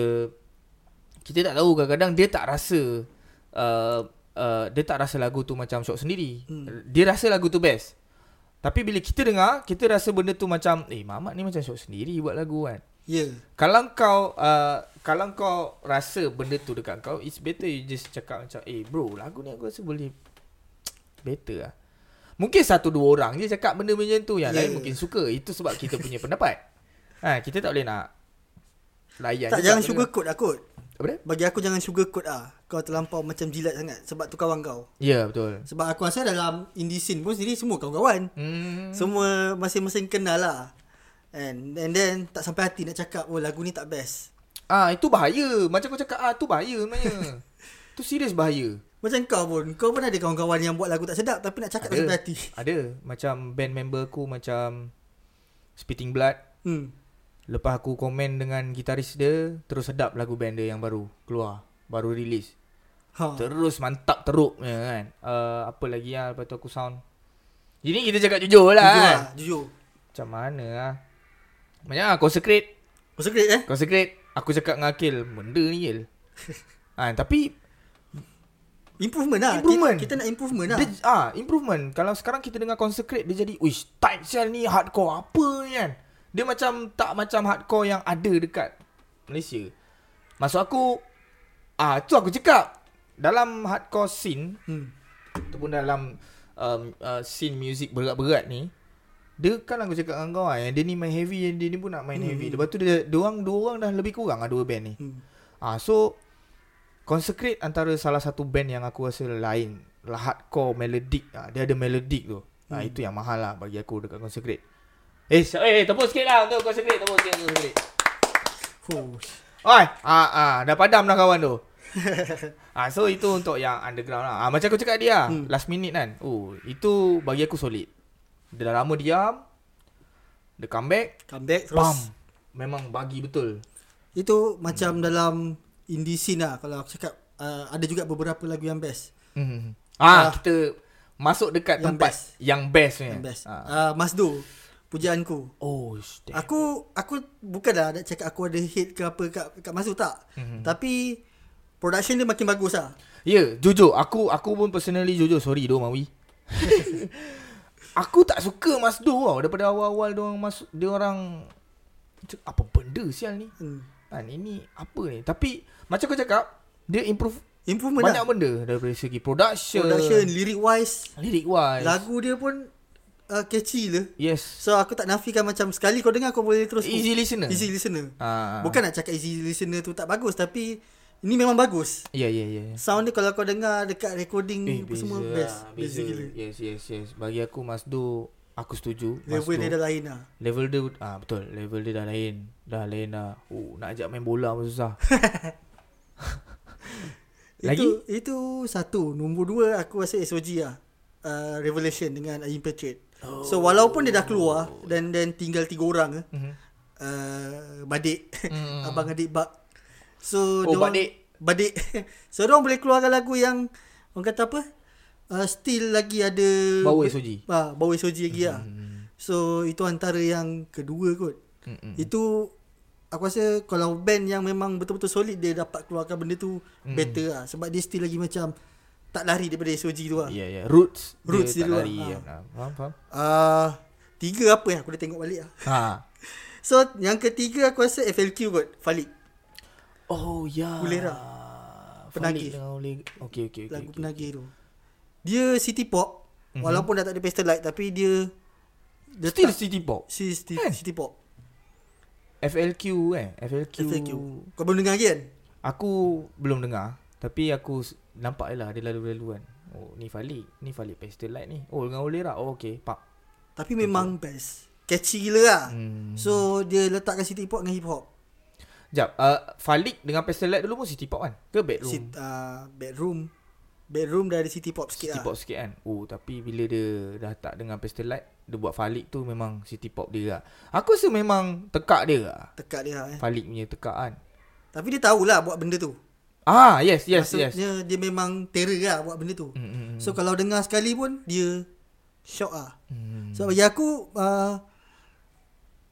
Speaker 1: Kita tak tahu kadang-kadang Dia tak rasa uh, uh, Dia tak rasa lagu tu macam syok sendiri hmm. Dia rasa lagu tu best Tapi bila kita dengar Kita rasa benda tu macam Eh Mamat ni macam syok sendiri buat lagu kan
Speaker 2: Ya. Yeah.
Speaker 1: kalau kau uh, Kalau kau rasa benda tu dekat kau It's better you just cakap macam Eh bro lagu ni aku rasa boleh Better lah Mungkin satu dua orang je cakap benda macam tu Yang yeah. lain
Speaker 2: Yeah.
Speaker 1: mungkin suka Itu sebab kita punya pendapat ha, Kita tak boleh nak Layan
Speaker 2: tak
Speaker 1: juga
Speaker 2: jangan
Speaker 1: benda.
Speaker 2: sugarcoat lah kot.
Speaker 1: Apa dia? Ya,
Speaker 2: Bagi aku jangan sugarcoat ah. Kau terlampau macam jilat sangat sebab tu kawan kau.
Speaker 1: Ya yeah, betul
Speaker 2: Sebab aku rasa dalam indie scene pun sendiri semua kawan-kawan.
Speaker 1: hmm.
Speaker 2: Semua masing-masing kenal lah. And, and then tak sampai hati nak cakap oh lagu ni tak best.
Speaker 1: Ah Itu bahaya Macam kau cakap ah tu bahaya sebenarnya Tu serius bahaya
Speaker 2: Macam kau pun, kau pun ada kawan-kawan yang buat lagu tak sedap tapi nak cakap tak sampai hati.
Speaker 1: Ada Macam band member aku macam Spitting Blood
Speaker 2: Hmm.
Speaker 1: Lepas aku komen dengan gitaris dia Terus sedap lagu band dia yang baru Keluar Baru release
Speaker 2: Ha.
Speaker 1: Terus mantap teruk punya kan uh, Apa lagi lah Lepas tu aku sound Jadi kita cakap jujur lah
Speaker 2: Jujur
Speaker 1: kan
Speaker 2: lah, jujur.
Speaker 1: Macam mana lah Macam lah consecrate
Speaker 2: Kau secret eh?
Speaker 1: Consecrate Aku cakap dengan Akil Benda ni Akil ha, Tapi
Speaker 2: Improvement lah.
Speaker 1: Improvement.
Speaker 2: Kita, kita nak improvement lah.
Speaker 1: dia, ah, Improvement Kalau sekarang kita dengar consecrate Dia jadi Uish type sial ni hardcore Apa ni kan Dia macam Tak macam hardcore yang ada dekat Malaysia Maksud aku Ah tu aku cakap Dalam hardcore scene
Speaker 2: Hmm.
Speaker 1: Ataupun dalam um, uh, Scene music berat-berat ni dia kan aku cakap dengan kau kan Yang dia ni main heavy Yang dia ni pun nak main hmm. heavy Lepas tu dia, dia orang Dua orang dah lebih kurang lah Dua band ni
Speaker 2: Hmm.
Speaker 1: Ah so Consecrate antara salah satu band yang aku rasa lain lah Hardcore melodic ah, Dia ada melodic tu ah, Itu yang mahal lah bagi aku dekat Consecrate Eh, sy- eh, eh tepuk sikit lah untuk Consecrate Tepuk sikit untuk Consecrate
Speaker 2: Oh.
Speaker 1: Oi, ah, ah, dah padam dah kawan tu ah, So itu untuk yang underground lah ah, Macam aku cakap dia hmm. Last minute kan Oh Itu bagi aku solid Dia dah lama diam Dia comeback
Speaker 2: Come back terus.
Speaker 1: Bam Memang bagi betul
Speaker 2: Itu macam dalam indie scene lah. Kalau aku cakap uh, ada juga beberapa lagu yang best.
Speaker 1: Hmm. Ah,
Speaker 2: Ah.
Speaker 1: kita masuk dekat
Speaker 2: Yang
Speaker 1: tempat
Speaker 2: best.
Speaker 1: yang best punya.
Speaker 2: Yang best. Ah.
Speaker 1: Ah.
Speaker 2: Uh, Masdo. Pujaanku.
Speaker 1: Oh, sh- damn.
Speaker 2: Aku aku bukanlah nak cakap aku ada hate ke apa kat kat Masu tak.
Speaker 1: Mhm.
Speaker 2: Mm-hmm. Tapi production dia makin bagus lah.
Speaker 1: Ya, yeah, jujur aku aku pun personally jujur sorry doh Mawi. aku tak suka Mas Do tau daripada awal-awal dia orang masuk dia orang Cak, apa benda sial ni?
Speaker 2: Hmm.
Speaker 1: Kan ini apa ni? Tapi macam kau cakap dia improve
Speaker 2: Improvement
Speaker 1: banyak
Speaker 2: lah.
Speaker 1: benda daripada segi production,
Speaker 2: Production, lyric wise,
Speaker 1: lirik wise.
Speaker 2: lagu dia pun uh, catchy lah.
Speaker 1: Yes.
Speaker 2: So aku tak nafikan macam sekali kau dengar kau boleh terus
Speaker 1: Easy listener.
Speaker 2: Easy listener.
Speaker 1: Ah.
Speaker 2: Bukan nak cakap easy listener tu tak bagus tapi ini memang bagus.
Speaker 1: Ya, ya, ya. ya.
Speaker 2: Sound dia kalau kau dengar dekat recording
Speaker 1: Eh,
Speaker 2: apa semua
Speaker 1: lah,
Speaker 2: best. Best gila.
Speaker 1: Yes, yes, yes. Bagi aku Masdo aku setuju.
Speaker 2: Level
Speaker 1: Masdo.
Speaker 2: dia dah lain lah.
Speaker 1: level dia ah betul, level dia dah lain. Dah lain dah. Oh, nak ajak main bola pun susah. Lagi?
Speaker 2: Itu, itu satu. Nombor dua aku rasa SOG lah. Uh, Revelation dengan Impatriot. Oh. So walaupun dia dah keluar dan dan tinggal tiga orang eh.
Speaker 1: Mhm.
Speaker 2: Mm-hmm. Uh, badik. Mm. Abang adik bak. So
Speaker 1: Hmm. Oh,
Speaker 2: diorang-
Speaker 1: badik.
Speaker 2: Badik. so dia boleh keluarkan lagu yang orang kata apa? Uh, still lagi ada
Speaker 1: Bawa Soji.
Speaker 2: Ha, bawa soji lagi lah.
Speaker 1: Hmm.
Speaker 2: So itu antara yang kedua kot.
Speaker 1: Mm-mm.
Speaker 2: Itu aku rasa kalau band yang memang betul-betul solid dia dapat keluarkan benda tu
Speaker 1: Mm.
Speaker 2: better lah sebab dia still lagi macam tak lari daripada soji tu lah.
Speaker 1: Ya, ya. Roots.
Speaker 2: Roots
Speaker 1: dia tak
Speaker 2: dia dulu,
Speaker 1: lari.
Speaker 2: ah.
Speaker 1: Ha. Faham, faham.
Speaker 2: Ah, tiga apa yang aku dah tengok balik lah.
Speaker 1: Ha.
Speaker 2: So yang ketiga aku rasa FLQ kot Falik.
Speaker 1: Oh, ya.
Speaker 2: Ulera.
Speaker 1: Falik
Speaker 2: Penagih.
Speaker 1: dengan Ule- Okey, okey, okey.
Speaker 2: lagu
Speaker 1: okey.
Speaker 2: penagih tu. Dia city pop walaupun dah tak ada pastel light tapi dia dia
Speaker 1: Mm-hmm. Still
Speaker 2: tak-
Speaker 1: City Pop.
Speaker 2: si- city,
Speaker 1: Kan?
Speaker 2: city pop.
Speaker 1: FLQ eh. FLQ.
Speaker 2: FLQ. Kau belum dengar lagi kan?
Speaker 1: Aku belum dengar. Tapi aku s- nampak je lah dia lalu-lalu kan. Oh, ni Falik. Ni Falik Pastel Light ni. Oh, dengan Ulera. Oh, okey. Pak.
Speaker 2: Tapi memang best. Catchy gila lah.
Speaker 1: Hmm.
Speaker 2: So dia letakkan city pop dengan hip hop.
Speaker 1: Sekejap. Uh, Falik dengan Pastel Light dulu pun City Pop kan? Ke Bedroom?
Speaker 2: Sit, uh, bedroom. Bedroom dah ada city pop sikit
Speaker 1: City
Speaker 2: lah.
Speaker 1: pop sikit kan Oh tapi bila dia Dah tak dengan pastel light Dia buat Falik tu Memang city pop dia lah Aku rasa memang Tekak dia lah
Speaker 2: Tekak dia lah eh.
Speaker 1: Falik punya tekak kan
Speaker 2: Tapi dia tahulah buat benda tu.
Speaker 1: Ah yes yes yes
Speaker 2: Maksudnya yes. dia memang terror lah buat benda tu.
Speaker 1: Mm, mm, mm.
Speaker 2: So kalau dengar sekali pun dia shock lah.
Speaker 1: Hmm.
Speaker 2: So bagi aku uh,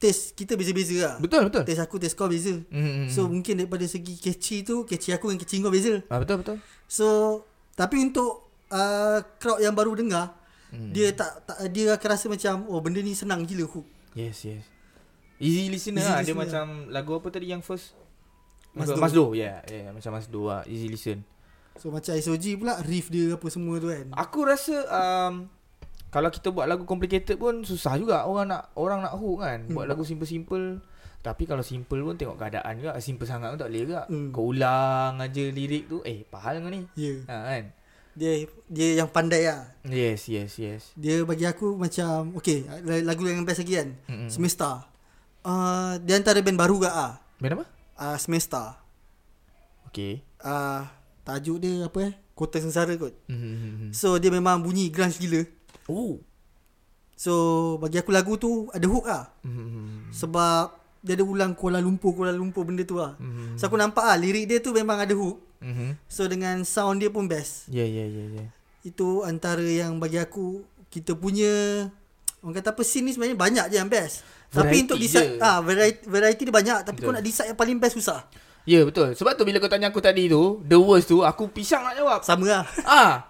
Speaker 2: taste kita beza-beza lah.
Speaker 1: Betul betul
Speaker 2: Taste aku, taste kau beza.
Speaker 1: Mm, mm,
Speaker 2: So mungkin daripada segi catchy tu, catchy aku dengan catchy kau beza.
Speaker 1: mm. ah, Betul betul
Speaker 2: So tapi untuk uh, crowd yang baru dengar hmm. dia tak, tak dia akan rasa macam oh benda ni senang gila hook.
Speaker 1: Yes yes Easy listener
Speaker 2: Easy
Speaker 1: lah Dia
Speaker 2: listener.
Speaker 1: macam Lagu apa tadi yang first
Speaker 2: Masdo.
Speaker 1: Masdo Ya yeah, yeah, Macam Masdo lah Easy listen
Speaker 2: So macam SOG pula riff dia apa semua tu kan.
Speaker 1: Aku rasa um, kalau kita buat lagu complicated pun susah juga orang nak orang nak hook kan. Buat lagu simple-simple. Tapi kalau simple pun tengok keadaan juga. Simple sangat pun tak boleh juga.
Speaker 2: Hmm.
Speaker 1: Kau ulang aja lirik tu, eh pahal kau ni.
Speaker 2: Ya. Yeah.
Speaker 1: Ha kan.
Speaker 2: Dia dia yang pandai lah.
Speaker 1: Yes, yes, yes.
Speaker 2: Dia bagi aku macam okay lagu yang best lagi kan.
Speaker 1: Mm-mm.
Speaker 2: Mm-hmm. Semesta. Uh, dia antara band baru gak ah.
Speaker 1: Band apa?
Speaker 2: Uh, Semesta.
Speaker 1: Okay.
Speaker 2: Uh, tajuk dia apa eh? Kota Sengsara kot.
Speaker 1: Mm-hmm.
Speaker 2: So dia memang bunyi grunge gila.
Speaker 1: Oh.
Speaker 2: So bagi aku lagu tu ada hook ah.
Speaker 1: Mm-hmm.
Speaker 2: Sebab dia ada ulang Kuala Lumpur Kuala Lumpur benda tu lah
Speaker 1: Mhm.
Speaker 2: mm. So aku nampak ah lirik dia tu memang ada hook
Speaker 1: Mm-hmm.
Speaker 2: So dengan sound dia pun best
Speaker 1: Ya, ya, ya, ya.
Speaker 2: Itu antara yang bagi aku Kita punya Orang kata apa scene ni sebenarnya banyak je yang best
Speaker 1: Variety
Speaker 2: Tapi untuk
Speaker 1: je.
Speaker 2: decide ah variety, variety dia banyak Tapi
Speaker 1: Betul.
Speaker 2: kau nak decide yang paling best susah
Speaker 1: Ya, betul. Sebab tu bila kau tanya aku tadi tu, the worst tu, aku pisang nak jawab.
Speaker 2: Sama lah
Speaker 1: Ah.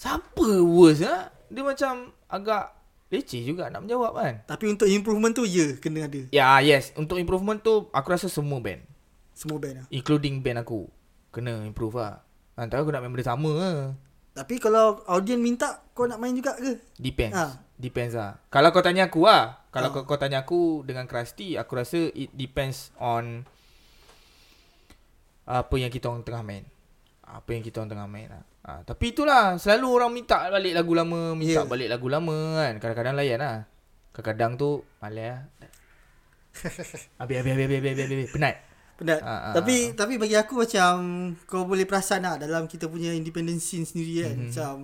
Speaker 1: Siapa worst ah? Dia macam agak leceh juga nak menjawab kan.
Speaker 2: Tapi untuk improvement tu ya kena ada
Speaker 1: Ya, yes. Untuk improvement tu aku rasa semua band,
Speaker 2: Semua band lah
Speaker 1: including band aku kena improve lah. Antara aku nak main benda sama ah. ke.
Speaker 2: Tapi kalau audience minta kau nak main juga ke?
Speaker 1: Depends.
Speaker 2: Ah.
Speaker 1: Depends lah. Kalau kau tanya aku lah, kalau
Speaker 2: Ah.
Speaker 1: kau, kau tanya aku dengan Krusty, aku rasa it depends on apa yang kita orang tengah main. Apa yang kita orang tengah main lah. Ha, tapi itulah selalu orang minta balik lagu lama, minta yeah.
Speaker 2: Yeah.
Speaker 1: balik lagu lama kan. Kadang-kadang layan lah. Kadang-kadang tu malas lah. Habis, habis, habis, habis, habis, habis, habis. Penat.
Speaker 2: Penat.
Speaker 1: Ah, ah,
Speaker 2: tapi tapi bagi aku macam kau boleh perasan lah dalam kita punya independent scene
Speaker 1: Mhm.
Speaker 2: sendiri kan. Mm-hmm. Macam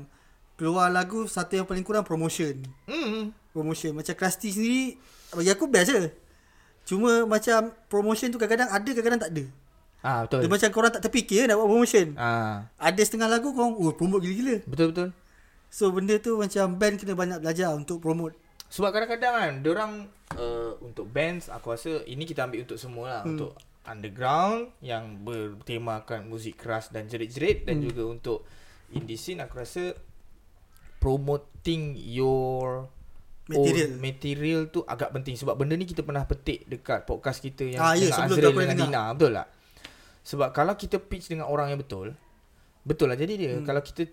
Speaker 2: keluar lagu satu yang paling kurang promotion.
Speaker 1: Hmm.
Speaker 2: Promotion macam Krusty sendiri bagi aku best je. Cuma macam promotion tu kadang-kadang ada kadang-kadang tak ada.
Speaker 1: Ah betul.
Speaker 2: Dia macam korang tak terfikir nak buat promotion.
Speaker 1: Ah
Speaker 2: Ada setengah lagu korang oh promote gila-gila.
Speaker 1: betul betul.
Speaker 2: So benda tu macam band kena banyak belajar untuk promote.
Speaker 1: Sebab kadang-kadang kan orang uh, untuk bands aku rasa ini kita ambil untuk semua lah hmm. untuk underground yang bertemakan muzik keras dan jerit-jerit dan juga untuk indie scene aku rasa promoting your own
Speaker 2: Material.
Speaker 1: Oh, material tu agak penting sebab benda ni kita pernah petik dekat podcast kita yang
Speaker 2: Ah,
Speaker 1: dengan
Speaker 2: ya, sebelum tu
Speaker 1: Azril
Speaker 2: aku dah
Speaker 1: dengan
Speaker 2: dengar.
Speaker 1: Dina betul tak? Sebab kalau kita pitch dengan orang yang betul Betul lah jadi dia hmm. Kalau kita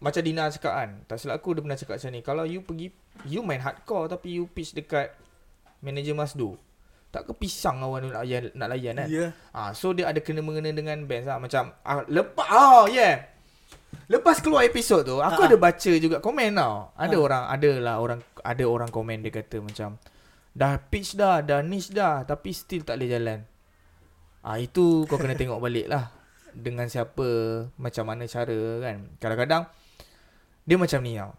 Speaker 1: Macam Dina cakap kan Tak silap aku dia pernah cakap macam ni Kalau you pergi You main hardcore Tapi you pitch dekat Manager Masdo Tak ke pisang kawan tu nak layan, nak layan kan
Speaker 2: Ya.
Speaker 1: Ah, So dia ada kena mengena dengan band lah Macam ah, Lepas Oh yeah Lepas keluar episod tu Aku
Speaker 2: Ah, ah.
Speaker 1: ada baca juga komen tau Ada
Speaker 2: Ah.
Speaker 1: orang Ada lah orang Ada orang komen dia kata macam Dah pitch dah Dah niche dah Tapi still tak boleh jalan Ah Itu kau kena tengok balik lah Dengan siapa Macam mana cara kan Kadang-kadang Dia macam ni tau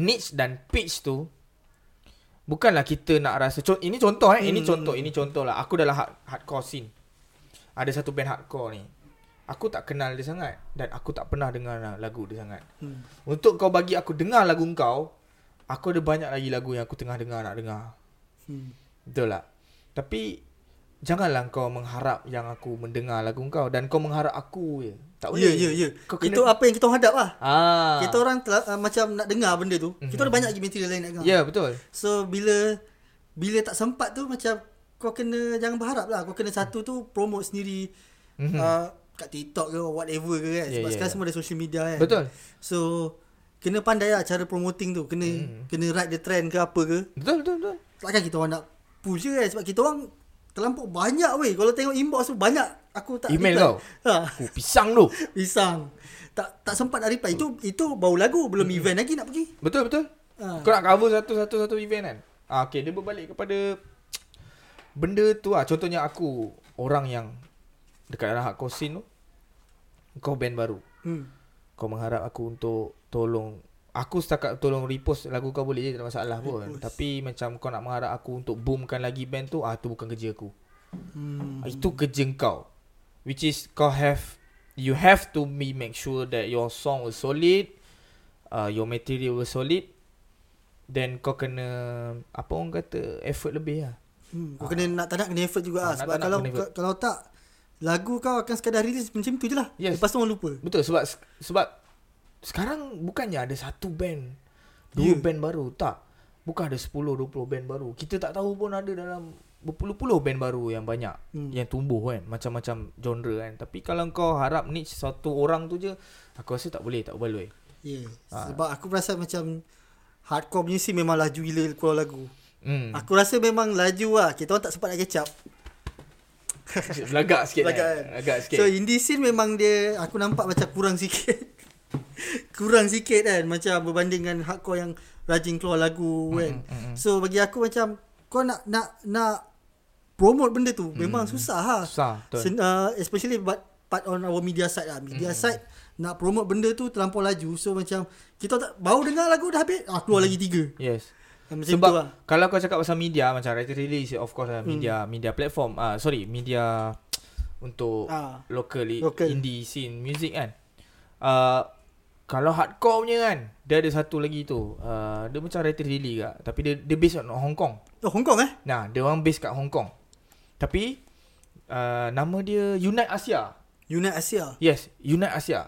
Speaker 1: niche dan pitch tu bukanlah kita nak rasa co- ini contoh eh ini contoh ini contoh lah aku dalam hard, hardcore scene ada satu band hardcore ni aku tak kenal dia sangat dan aku tak pernah dengar lah lagu dia sangat
Speaker 2: Hmm.
Speaker 1: untuk kau bagi aku dengar lagu kau aku ada banyak lagi lagu yang aku tengah dengar nak dengar
Speaker 2: Hmm.
Speaker 1: Betul tak? Tapi Janganlah kau mengharap yang aku mendengar lagu kau Dan kau mengharap aku je Tak boleh
Speaker 2: Ya, ya, ya.
Speaker 1: Kau kena
Speaker 2: Itu apa yang kita hadap lah.
Speaker 1: ah. Hmm.
Speaker 2: Kita orang telah, uh, macam nak dengar benda tu. Mm-hmm. Kita ada banyak lagi material lain nak dengar.
Speaker 1: Ya betul
Speaker 2: So bila bila tak sempat tu macam kau kena jangan berharap lah. Kau kena satu tu promote sendiri mm-hmm. uh, kat TikTok ke whatever ke kan.
Speaker 1: Mhm. Ya,
Speaker 2: Sebab
Speaker 1: ya,
Speaker 2: sekarang
Speaker 1: ya.
Speaker 2: semua ada social media kan.
Speaker 1: Betul
Speaker 2: So kena pandai lah cara promoting tu. Kena
Speaker 1: Mhm.
Speaker 2: mm. kena ride the trend ke apa ke.
Speaker 1: Betul betul betul
Speaker 2: Takkan kita orang nak push je kan sebab kita orang terlampau banyak weh. Kalau tengok inbox tu banyak aku tak
Speaker 1: Email
Speaker 2: reply.
Speaker 1: kau?
Speaker 2: Ha.
Speaker 1: Aku pisang tu
Speaker 2: Pisang. Tak tak sempat nak reply. Itu itu baru lagu, belum event lagi nak pergi.
Speaker 1: Betul betul
Speaker 2: Ha.
Speaker 1: Mhm. Kau nak cover satu-satu satu event kan ah, Okay dia berbalik kepada Benda tu lah Contohnya aku Orang yang Dekat dalam hardcore scene tu Kau band baru
Speaker 2: Hmm.
Speaker 1: Kau mengharap aku untuk tolong Aku setakat tolong repost lagu kau boleh je tak ada masalah pun
Speaker 2: Repost.
Speaker 1: Tapi macam kau nak mengharap aku untuk boomkan lagi band tu Ah tu bukan kerja aku
Speaker 2: Hmm.
Speaker 1: hmm. Itu kerja kau Which is kau have You have to be make sure that your song was solid uh, Your material was solid Then kau kena Apa orang kata Effort lebih lah
Speaker 2: Hmm, kau kena nak tak nak kena effort
Speaker 1: Ah, nak
Speaker 2: juga lah. Sebab
Speaker 1: tak nak
Speaker 2: kalau
Speaker 1: kena effort.
Speaker 2: ka- kalau tak lagu kau akan sekadar release macam tu je lah.
Speaker 1: Yes.
Speaker 2: Lepas tu orang lupa.
Speaker 1: Betul sebab sebab sekarang bukannya ada satu band,
Speaker 2: Ya.
Speaker 1: dua yeah. band baru, tak. Bukan ada 10 20 band baru. Kita tak tahu pun ada dalam berpuluh-puluh band baru yang banyak
Speaker 2: Hmm.
Speaker 1: hmm. yang tumbuh kan, macam-macam genre kan. Tapi kalau kau harap niche satu orang tu je, aku rasa tak boleh, tak boleh.
Speaker 2: Yeah.
Speaker 1: Ah.
Speaker 2: Sebab aku rasa macam hardcore punya scene memang laju gila keluar lagu.
Speaker 1: Hmm.
Speaker 2: Aku rasa memang laju lah. Kita orang tak sempat nak catch up.
Speaker 1: Belagak sikit. Belagak,
Speaker 2: Belagak kan?
Speaker 1: kan? Belagak sikit.
Speaker 2: So indie scene memang dia aku nampak macam kurang sikit. kurang sikit kan macam berbanding dengan hardcore yang rajin keluar
Speaker 1: Hmm,
Speaker 2: lagu kan. So bagi aku macam kau nak nak nak promote benda
Speaker 1: Hmm.
Speaker 2: tu memang susah lah.
Speaker 1: Susah, betul.
Speaker 2: Sen, uh, especially but part on our media side lah. Media
Speaker 1: Hmm.
Speaker 2: side nak promote benda tu terlampau laju. So macam kita tak baru dengar lagu dah habis, ah keluar lagi tiga.
Speaker 1: yes.
Speaker 2: Ah, Macam
Speaker 1: Sebab
Speaker 2: tu lah. Hmm.
Speaker 1: kalau kau cakap pasal media macam writer release of course lah media media platform ah uh, sorry media untuk ah,
Speaker 2: Ah.
Speaker 1: local,
Speaker 2: Local.
Speaker 1: local indie scene music kan. Uh, kalau hardcore punya kan dia ada satu lagi tu. Uh, dia macam writer release kak tapi dia dia based on Hong Kong.
Speaker 2: Oh, Hong Kong eh?
Speaker 1: Nah, dia orang based kat Hong Kong. Tapi uh, nama dia Unite Asia.
Speaker 2: Unite Asia.
Speaker 1: Yes, Unite Asia.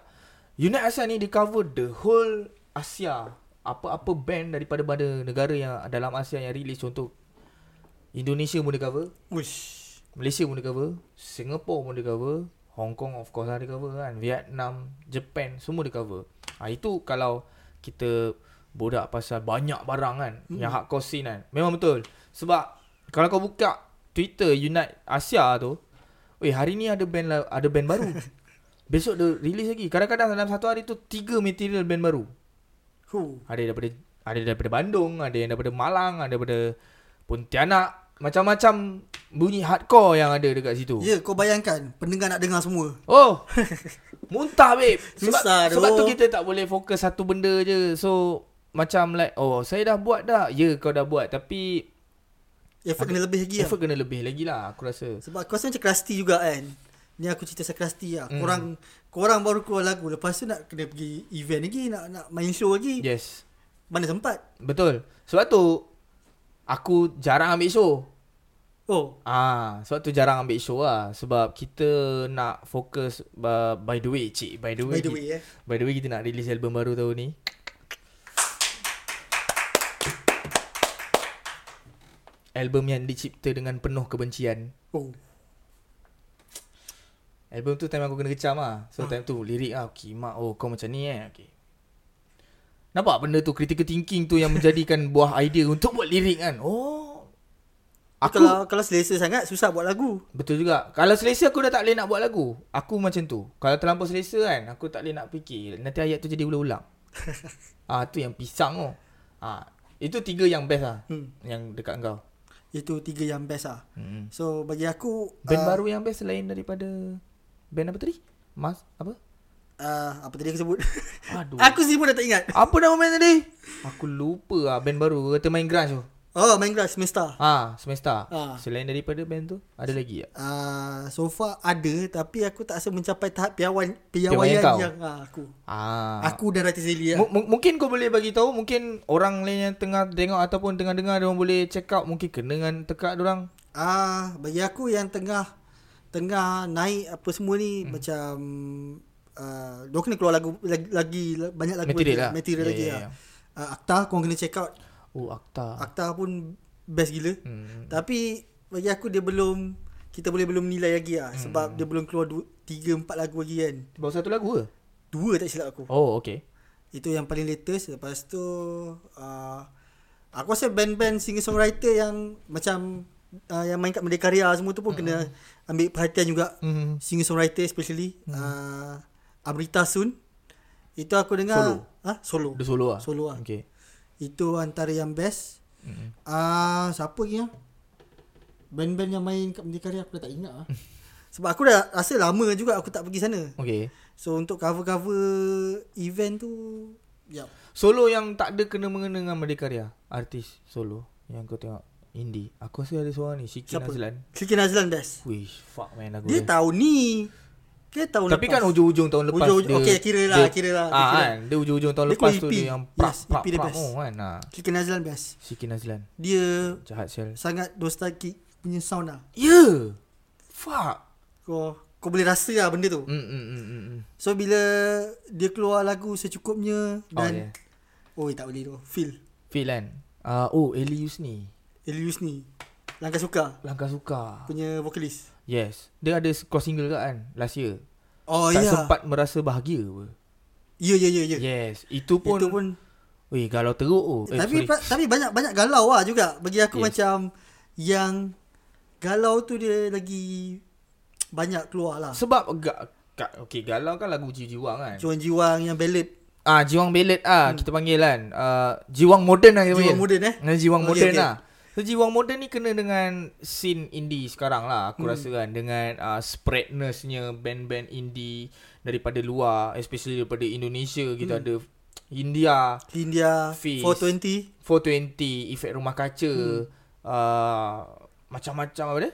Speaker 1: Unite Asia ni dia cover the whole Asia. Apa-apa band daripada pada negara yang dalam Asia yang release contoh Indonesia pun dia cover,
Speaker 2: Uish.
Speaker 1: Malaysia pun dia cover, Singapore pun dia cover, Hong Kong of course lah dia cover kan, Vietnam, Japan semua dia cover. Ha, itu kalau kita bodak pasal banyak barang kan mm. yang hardcore scene kan. Memang betul. Sebab kalau kau buka Twitter Unite Asia tu, weh hari ni ada band la- ada band baru. Besok dia release lagi. Kadang-kadang dalam satu hari tu tiga material band baru.
Speaker 2: Huh.
Speaker 1: Ada daripada ada daripada Bandung, ada yang daripada Malang, ada daripada Pontianak, macam-macam bunyi hardcore yang ada dekat situ.
Speaker 2: Ya, yeah, kau bayangkan pendengar nak dengar semua.
Speaker 1: Oh. Muntah babe. Sebab
Speaker 2: Susah tu.
Speaker 1: sebab tu kita tak boleh fokus satu benda je. So macam like oh saya dah buat dah. Ya yeah, kau dah buat tapi
Speaker 2: Effort kena lebih lagi
Speaker 1: yeah.
Speaker 2: lah.
Speaker 1: effort kena lebih lagi lah aku rasa.
Speaker 2: Sebab aku rasa macam Krusty juga kan. Ni aku cerita pasal Krusty
Speaker 1: Hmm.
Speaker 2: lah. Korang, korang baru keluar lagu. Lepas tu nak kena pergi event lagi. Nak nak main show lagi. Yeah.
Speaker 1: Yes.
Speaker 2: Mana sempat?
Speaker 1: Betul. Sebab tu aku jarang ambil show.
Speaker 2: Oh.
Speaker 1: Ah, sebab tu jarang ambil show lah sebab kita nak fokus uh, by the way cik, by the way.
Speaker 2: By the
Speaker 1: ki-
Speaker 2: way eh.
Speaker 1: By the way kita nak release album baru tahun ni. Album yang dicipta dengan penuh kebencian.
Speaker 2: Oh.
Speaker 1: Album tu time aku kena kecam lah So time tu lirik lah Okay mak oh kau macam ni eh okay. Nampak benda tu critical thinking tu yang menjadikan buah idea untuk buat lirik kan Oh
Speaker 2: Aku,
Speaker 1: Aku
Speaker 2: kalau, kalau selesa sangat, susah buat lagu.
Speaker 1: Betul juga Kalau selesa aku dah tak boleh nak buat lagu Aku macam tu Kalau terlampau selesa kan Aku tak boleh nak fikir Nanti ayat tu jadi ulang-ulang Ah tu yang pisang tu ah, Itu tiga yang best lah
Speaker 2: Hmm.
Speaker 1: Yang dekat kau
Speaker 2: Itu tiga yang best lah.
Speaker 1: hmm.
Speaker 2: So, bagi aku...
Speaker 1: Band
Speaker 2: ah,
Speaker 1: baru yang best selain daripada Band apa tadi? Mas apa?
Speaker 2: uh, apa tadi aku sebut?
Speaker 1: Aduh.
Speaker 2: aku sendiri pun dah tak ingat.
Speaker 1: Apa nama band tadi? Aku lupa lah band baru kata main grunge tu.
Speaker 2: Oh, Minecraft semesta.
Speaker 1: Ah, semesta.
Speaker 2: Ah.
Speaker 1: Selain daripada band tu, ada lagi tak?
Speaker 2: Uh, so far ada tapi aku tak rasa mencapai tahap piawan
Speaker 1: Piawaian
Speaker 2: piawaian
Speaker 1: kau?
Speaker 2: yang uh, aku.
Speaker 1: Ah.
Speaker 2: Aku dan Rati Zelia.
Speaker 1: M- m- mungkin kau boleh bagi tahu mungkin orang lain yang tengah tengok ataupun tengah dengar dia orang boleh check out mungkin kena dengan tekak dia orang.
Speaker 2: Ah, bagi aku yang tengah tengah naik apa semua ni hmm. macam uh, dia kena keluar lagu lagi, lagi banyak lagu
Speaker 1: Material
Speaker 2: lagi,
Speaker 1: lah.
Speaker 2: material
Speaker 1: Ya,
Speaker 2: lagi
Speaker 1: ya,
Speaker 2: yeah, lah. Uh, Akta kau kena check out.
Speaker 1: Oh, akta.
Speaker 2: Akta pun best gila. Hmm. Tapi bagi aku dia belum kita boleh belum nilai lagi lah hmm. sebab dia belum keluar 2 3 4 lagu lagi kan.
Speaker 1: Baru satu lagu ke?
Speaker 2: Dua tak silap aku.
Speaker 1: Oh, okay.
Speaker 2: Itu yang paling latest Lepas tu uh, Aku rasa band-band singer-songwriter yang Macam uh, Yang main kat Merdekaria semua tu pun mm-hmm. kena Ambil perhatian juga
Speaker 1: Mhm.
Speaker 2: mm-hmm. Singer-songwriter especially mm-hmm. uh, Amrita Sun Itu aku dengar Solo ha? Solo
Speaker 1: Dia solo lah?
Speaker 2: Solo lah.
Speaker 1: Okay.
Speaker 2: Itu antara yang best
Speaker 1: Mm-hmm.
Speaker 2: Ah, uh, Siapa lagi ya? Band-band yang main kat Merdekaria Aku dah tak ingat lah Sebab aku dah rasa lama juga Aku tak pergi sana
Speaker 1: Okay.
Speaker 2: So untuk cover-cover Event tu Yap
Speaker 1: Solo yang tak ada kena-mengena dengan Merdekaria. Artis solo yang kau tengok. Indie. Aku rasa ada seorang ni, Syikin
Speaker 2: Siapa?
Speaker 1: Azlan.
Speaker 2: Siti Nazlan best.
Speaker 1: Wish, fuck man lagu
Speaker 2: Dia tahun ni. Dia tahun
Speaker 1: Tapi kan
Speaker 2: lepas.
Speaker 1: hujung-hujung tahun lepas
Speaker 2: Hujung- okey, kira lah,
Speaker 1: dia,
Speaker 2: kira lah,
Speaker 1: ah,
Speaker 2: kira.
Speaker 1: kan, Dia hujung-hujung tahun
Speaker 2: Dia
Speaker 1: lepas tu
Speaker 2: keluar EP.
Speaker 1: Dia yang prak
Speaker 2: Yes,
Speaker 1: prak
Speaker 2: EP dia
Speaker 1: prak
Speaker 2: best.
Speaker 1: oh, kan ah.
Speaker 2: Siti Nazlan best.
Speaker 1: Syikin Azlan
Speaker 2: Dia
Speaker 1: Jahat sel
Speaker 2: sangat nostalgic punya sound lah.
Speaker 1: Ya yeah. Fuck
Speaker 2: Kau kau boleh rasa lah benda tu.
Speaker 1: mm, mm, mm, mm, mm.
Speaker 2: So bila dia keluar lagu secukupnya
Speaker 1: Oh yeah
Speaker 2: dan oh, yeah. oh tak boleh tu. Feel
Speaker 1: Feel kan uh, Oh Elius ni
Speaker 2: Elius ni. Langkah suka
Speaker 1: Langkah suka
Speaker 2: punya vokalis.
Speaker 1: Yes Dia ada cross single kat kan Last year
Speaker 2: Oh
Speaker 1: Tak
Speaker 2: ya.
Speaker 1: sempat merasa bahagia apa
Speaker 2: Ya ya ya ya.
Speaker 1: Yes Itu pun,
Speaker 2: Itu pun
Speaker 1: Weh galau teruk oh. eh, Ya. Tapi
Speaker 2: tapi pa, tapi banyak banyak galau lah juga bagi
Speaker 1: Yes.
Speaker 2: aku yes. macam yang galau tu dia lagi banyak keluar lah.
Speaker 1: Sebab ga, ga, Okay galau kan lagu jiwa kan
Speaker 2: Juan Jiwang yang ballad
Speaker 1: Ah Jiwang Belet ah hmm. kita panggil kan. Ah Jiwang Modern lah kita
Speaker 2: Jiwang
Speaker 1: panggil.
Speaker 2: Modern, eh?
Speaker 1: Nah, Jiwang
Speaker 2: Okey,
Speaker 1: Modern
Speaker 2: okey.
Speaker 1: lah. So Jiwang Modern ni kena dengan scene indie sekarang lah aku hmm. rasa kan dengan uh, spreadnessnya band-band indie daripada luar especially daripada Indonesia kita hmm. ada India
Speaker 2: India
Speaker 1: Fizz.
Speaker 2: 420
Speaker 1: 420 efek rumah kaca hmm. uh, macam-macam apa dia?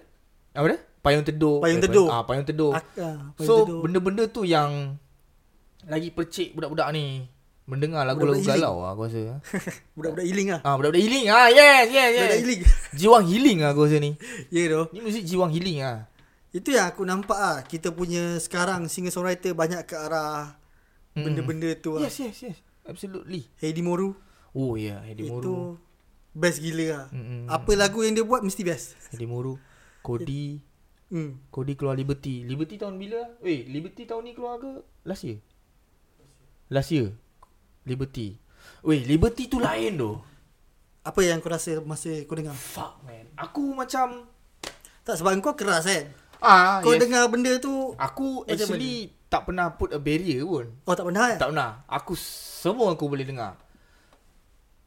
Speaker 1: Apa dia? Payung teduh.
Speaker 2: Payung
Speaker 1: Eh,
Speaker 2: Teduh.
Speaker 1: Ah payung teduh.
Speaker 2: Ak- ah, apa
Speaker 1: So
Speaker 2: itu tu?
Speaker 1: benda-benda tu yang Lagi percik budak-budak ni Mendengar lagu-lagu
Speaker 2: Budak-budak
Speaker 1: galau lah aku rasa
Speaker 2: budak-budak healing lah
Speaker 1: Ah budak-budak healing ah yes yes yes
Speaker 2: Budak-budak healing
Speaker 1: Jiwang healing lah aku rasa ni
Speaker 2: Ya tu
Speaker 1: Ni muzik jiwang healing ah.
Speaker 2: Itu yang aku nampak ah Kita punya sekarang singer songwriter banyak ke arah
Speaker 1: Mm.
Speaker 2: Benda-benda tu lah
Speaker 1: Yes yes yes Absolutely
Speaker 2: Heidi Moru
Speaker 1: Oh ya yeah. Hedi
Speaker 2: Itu
Speaker 1: Moru
Speaker 2: Best gila lah
Speaker 1: Mm-mm.
Speaker 2: Apa lagu yang dia buat mesti best
Speaker 1: Hedi Moru Kodi
Speaker 2: hmm.
Speaker 1: Kodi keluar Liberty Liberty tahun bila Weh Liberty tahun ni keluar ke Last year Last year Liberty Weh Liberty tu lain tu
Speaker 2: Apa yang kau rasa masa kau dengar
Speaker 1: Fuck man Aku macam
Speaker 2: Tak sebab kau keras kan
Speaker 1: Ah,
Speaker 2: Kau
Speaker 1: yes.
Speaker 2: dengar benda tu
Speaker 1: Aku
Speaker 2: Macam
Speaker 1: actually tak pernah put a barrier pun.
Speaker 2: Oh tak pernah kan
Speaker 1: Tak pernah. Aku semua aku boleh dengar.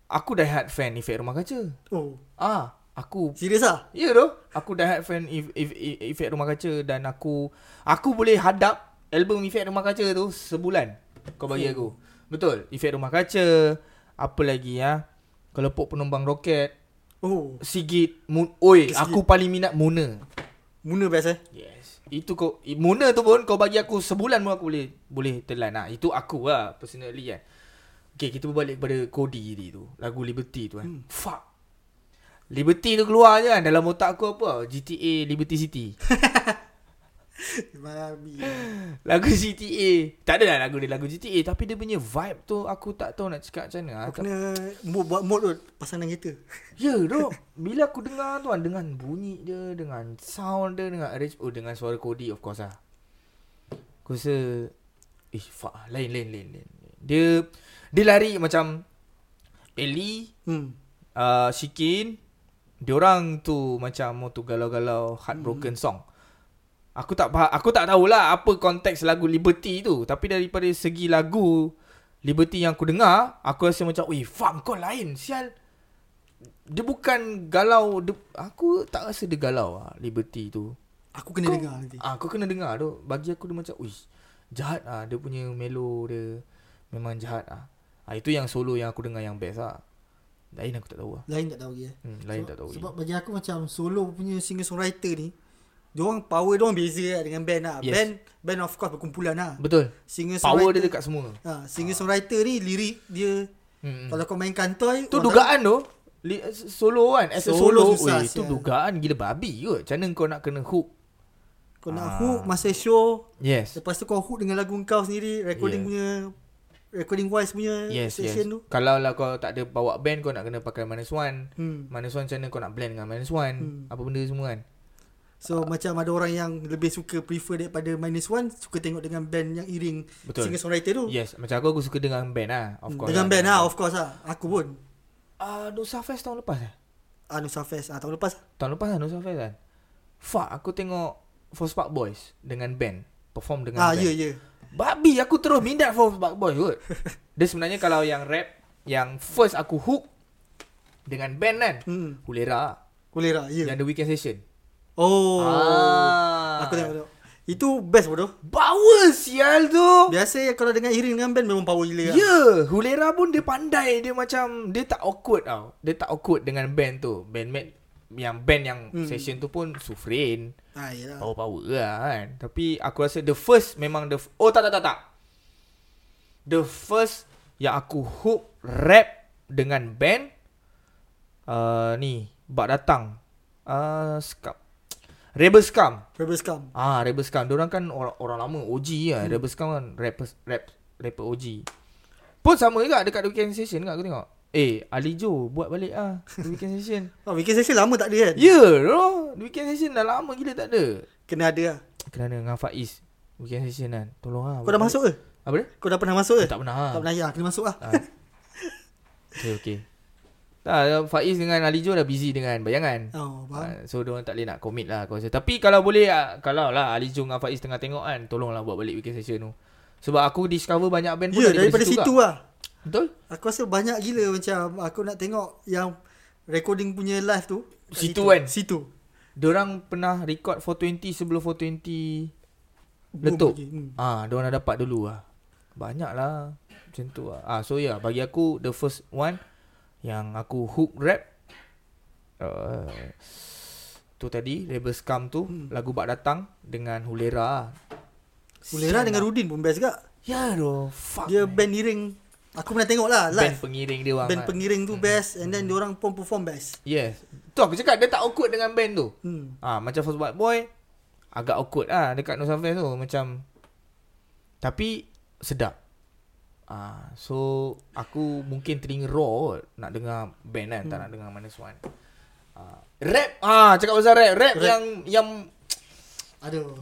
Speaker 1: Aku die hard fan efek rumah kaca.
Speaker 2: Oh
Speaker 1: Ah, aku
Speaker 2: Serius lah
Speaker 1: Ya yeah, doh. Aku die hard fan if, if, if, efek rumah kaca dan aku aku boleh hadap album efek rumah kaca tu sebulan. Kau bagi aku. Betul. Efek rumah kaca, apa lagi ya? Kelepok penumbang roket,
Speaker 2: Oh
Speaker 1: Sigit, Mun, oi,
Speaker 2: Sigit.
Speaker 1: aku paling minat Muna.
Speaker 2: Muna best eh
Speaker 1: Yes. Itu kau i- Muna tu pun kau bagi aku sebulan pun aku boleh boleh telan lah. Itu aku lah personally kan. Okay, kita berbalik kepada Cody tadi tu. Lagu Liberty tu kan. Hmm. Fuck. Liberty tu keluar je kan dalam otak aku apa? tau? GTA Liberty City.
Speaker 2: Babi
Speaker 1: lagu GTA. Tak ada lah lagu dia lagu GTA tapi dia punya vibe tu aku tak tahu nak cakap macam mana. Ah,
Speaker 2: Kau
Speaker 1: Aku tak-
Speaker 2: kena mo- buat mode tu Pasangan kereta
Speaker 1: Ya, doh. Bila aku dengar tu kan dengan bunyi dia, dengan sound dia, dengan arrange oh dengan suara Cody of course lah. Aku rasa eh fuck lah. lain lain lain lain. Dia dia lari macam Ellie,
Speaker 2: Hmm
Speaker 1: uh, Shikin, diorang tu macam mau tu galau-galau heartbroken song. Aku tak faham, aku tak tahulah apa konteks lagu Liberty tu, tapi daripada segi lagu Liberty yang aku dengar, aku rasa macam, "Weh, fuck kau lain, sial." Dia bukan galau, dia, aku tak rasa dia galau lah, Liberty tu.
Speaker 2: Aku kena
Speaker 1: Kau-
Speaker 2: dengar nanti.
Speaker 1: Ah, kau kena dengar tu. Bagi aku dia macam, "Uish, Jahat ah dia punya melo dia memang jahat ah. ah itu yang solo yang aku dengar yang best ah. Lain aku tak tahu ah.
Speaker 2: Lain tak tahu lagi eh.
Speaker 1: Hmm, lain
Speaker 2: sebab,
Speaker 1: tak tahu. lagi.
Speaker 2: Sebab bagi aku macam solo punya singer songwriter ni, diorang power diorang beza lah dengan band lah.
Speaker 1: Yes.
Speaker 2: Yes. Band band of course berkumpulan lah.
Speaker 1: betul.
Speaker 2: Singer
Speaker 1: Power dia
Speaker 2: songwriter
Speaker 1: dekat semua.
Speaker 2: ha, singer songwriter ni lirik dia
Speaker 1: Hmm.
Speaker 2: kalau kau main kantoi
Speaker 1: Tu
Speaker 2: orang
Speaker 1: dugaan tu li- Solo kan As a solo, solo
Speaker 2: Solo susah
Speaker 1: Ui, Itu
Speaker 2: sial.
Speaker 1: dugaan gila babi kot Macam mana kau nak kena hook
Speaker 2: tak- kau nak
Speaker 1: Ah.
Speaker 2: hook masa show
Speaker 1: Yes
Speaker 2: lepas tu kau hook dengan lagu kau sendiri
Speaker 1: Yeah.
Speaker 2: recording punya recording wise punya
Speaker 1: Yes yes
Speaker 2: session tu
Speaker 1: Kalau lah kau tak ada bawa band Kau nak kena pakai minus one
Speaker 2: hmm.
Speaker 1: Minus one macam mana kau nak blend dengan minus one
Speaker 2: Hmm.
Speaker 1: Apa benda semua kan
Speaker 2: so macam ada orang yang lebih suka prefer daripada minus one suka tengok dengan band yang iring
Speaker 1: Betul.
Speaker 2: singer songwriter tu
Speaker 1: Yes Macam aku aku suka dengan band lah Of course
Speaker 2: dengan band lah of course lah aku pun
Speaker 1: Ah, Nusa Fest tahun lepas eh
Speaker 2: Anusa Fest ah, tahun lepas
Speaker 1: Tahun lepas lah Nusa Fest kan Fuck aku tengok Force Park Boys Dengan band Perform dengan
Speaker 2: ah
Speaker 1: band
Speaker 2: ya ya
Speaker 1: Babi aku terus minat for Fuck Boy kot. Dia sebenarnya kalau yang rap yang first aku hook dengan band kan.
Speaker 2: hmm.
Speaker 1: Hulera.
Speaker 2: boleh lah ya
Speaker 1: Yang The Weekend Session.
Speaker 2: oh
Speaker 1: Ah.
Speaker 2: aku tengok tengok itu best bodoh
Speaker 1: Power sial tu.
Speaker 2: Biasa ya, kalau dengan iring dengan band memang power
Speaker 1: Ya,
Speaker 2: gila. lah.
Speaker 1: yeah, Hulera pun dia pandai. Dia macam dia tak awkward tau. Dia tak awkward dengan band tu. Bandmate yang band yang
Speaker 2: Hmm.
Speaker 1: session tu pun Sufrin.
Speaker 2: Ah, yelah.
Speaker 1: Power power lah kan Tapi aku rasa the first memang the f- Oh tak tak tak tak The first yang aku hook rap dengan band uh, Ni Bak datang uh, Scum Rebel Scum
Speaker 2: Rebel Scum.
Speaker 1: Ah Rebel Scum Diorang kan orang, orang lama OG lah hmm. Rebel Scum kan rapper, rap, rapper OG Pun sama juga dekat The Weekend Session kat aku tengok Eh Ali Joe buat balik ah The Weekend Session
Speaker 2: Oh, Weekend Session lama tak ada kan?
Speaker 1: Ya yeah, bro The Weekend Session dah lama gila tak ada
Speaker 2: Kena ada lah.
Speaker 1: Kerana dengan Faiz Weekend session kan Tolong lah
Speaker 2: Kau dah masuk ke?
Speaker 1: Apa dia?
Speaker 2: Kau dah pernah masuk ke?
Speaker 1: Tak pernah ha.
Speaker 2: Tak pernah ya, kena masuk lah.
Speaker 1: ha. Okay okay Tak eh, Faiz dengan Ali Jo dah busy dengan bayangan
Speaker 2: Oh,
Speaker 1: ha,
Speaker 2: faham.
Speaker 1: So diorang tak boleh nak commit lah aku rasa Tapi kalau boleh ah, Kalau lah Ali Jo dengan Faiz tengah tengok kan Tolonglah buat balik weekend session tu Sebab aku discover banyak band Kan pun
Speaker 2: Ya, daripada situ
Speaker 1: juga.
Speaker 2: lah.
Speaker 1: Betul?
Speaker 2: Aku rasa banyak gila macam aku nak tengok yang recording punya live tu. kat
Speaker 1: Situ kan?
Speaker 2: Situ.
Speaker 1: Diorang pernah record 420 sebelum 420
Speaker 2: Boom
Speaker 1: Letup.
Speaker 2: lagi. Hmm.
Speaker 1: Ah, dia orang dah dapat dulu ah. Banyak lah macam tu lah. Ah, so yeah, bagi aku the first one yang aku hook rap uh, tu tadi Rebel Scum tu hmm. lagu Bak Datang dengan Hulera. ah.
Speaker 2: Ulera
Speaker 1: Sial
Speaker 2: dengan
Speaker 1: lah.
Speaker 2: Rudin pun best juga.
Speaker 1: Ya doh, fuck.
Speaker 2: Dia
Speaker 1: man.
Speaker 2: band iring. Aku pernah tengok lah
Speaker 1: band
Speaker 2: live.
Speaker 1: pengiring dia
Speaker 2: Band,
Speaker 1: orang. kan.
Speaker 2: pengiring tu best and
Speaker 1: Hmm.
Speaker 2: then diorang pun perform best.
Speaker 1: Yes. Tu aku cakap dia tak awkward dengan band tu.
Speaker 2: Hmm.
Speaker 1: Ah macam First White Boy agak awkward ah dekat Nusa Fest tu macam tapi sedap. Ah so aku mungkin telinga raw kot nak dengar band kan tak nak dengar minus one. Ah, rap ah cakap pasal rap rap, rap.
Speaker 2: Rap.
Speaker 1: yang yang
Speaker 2: Aduh.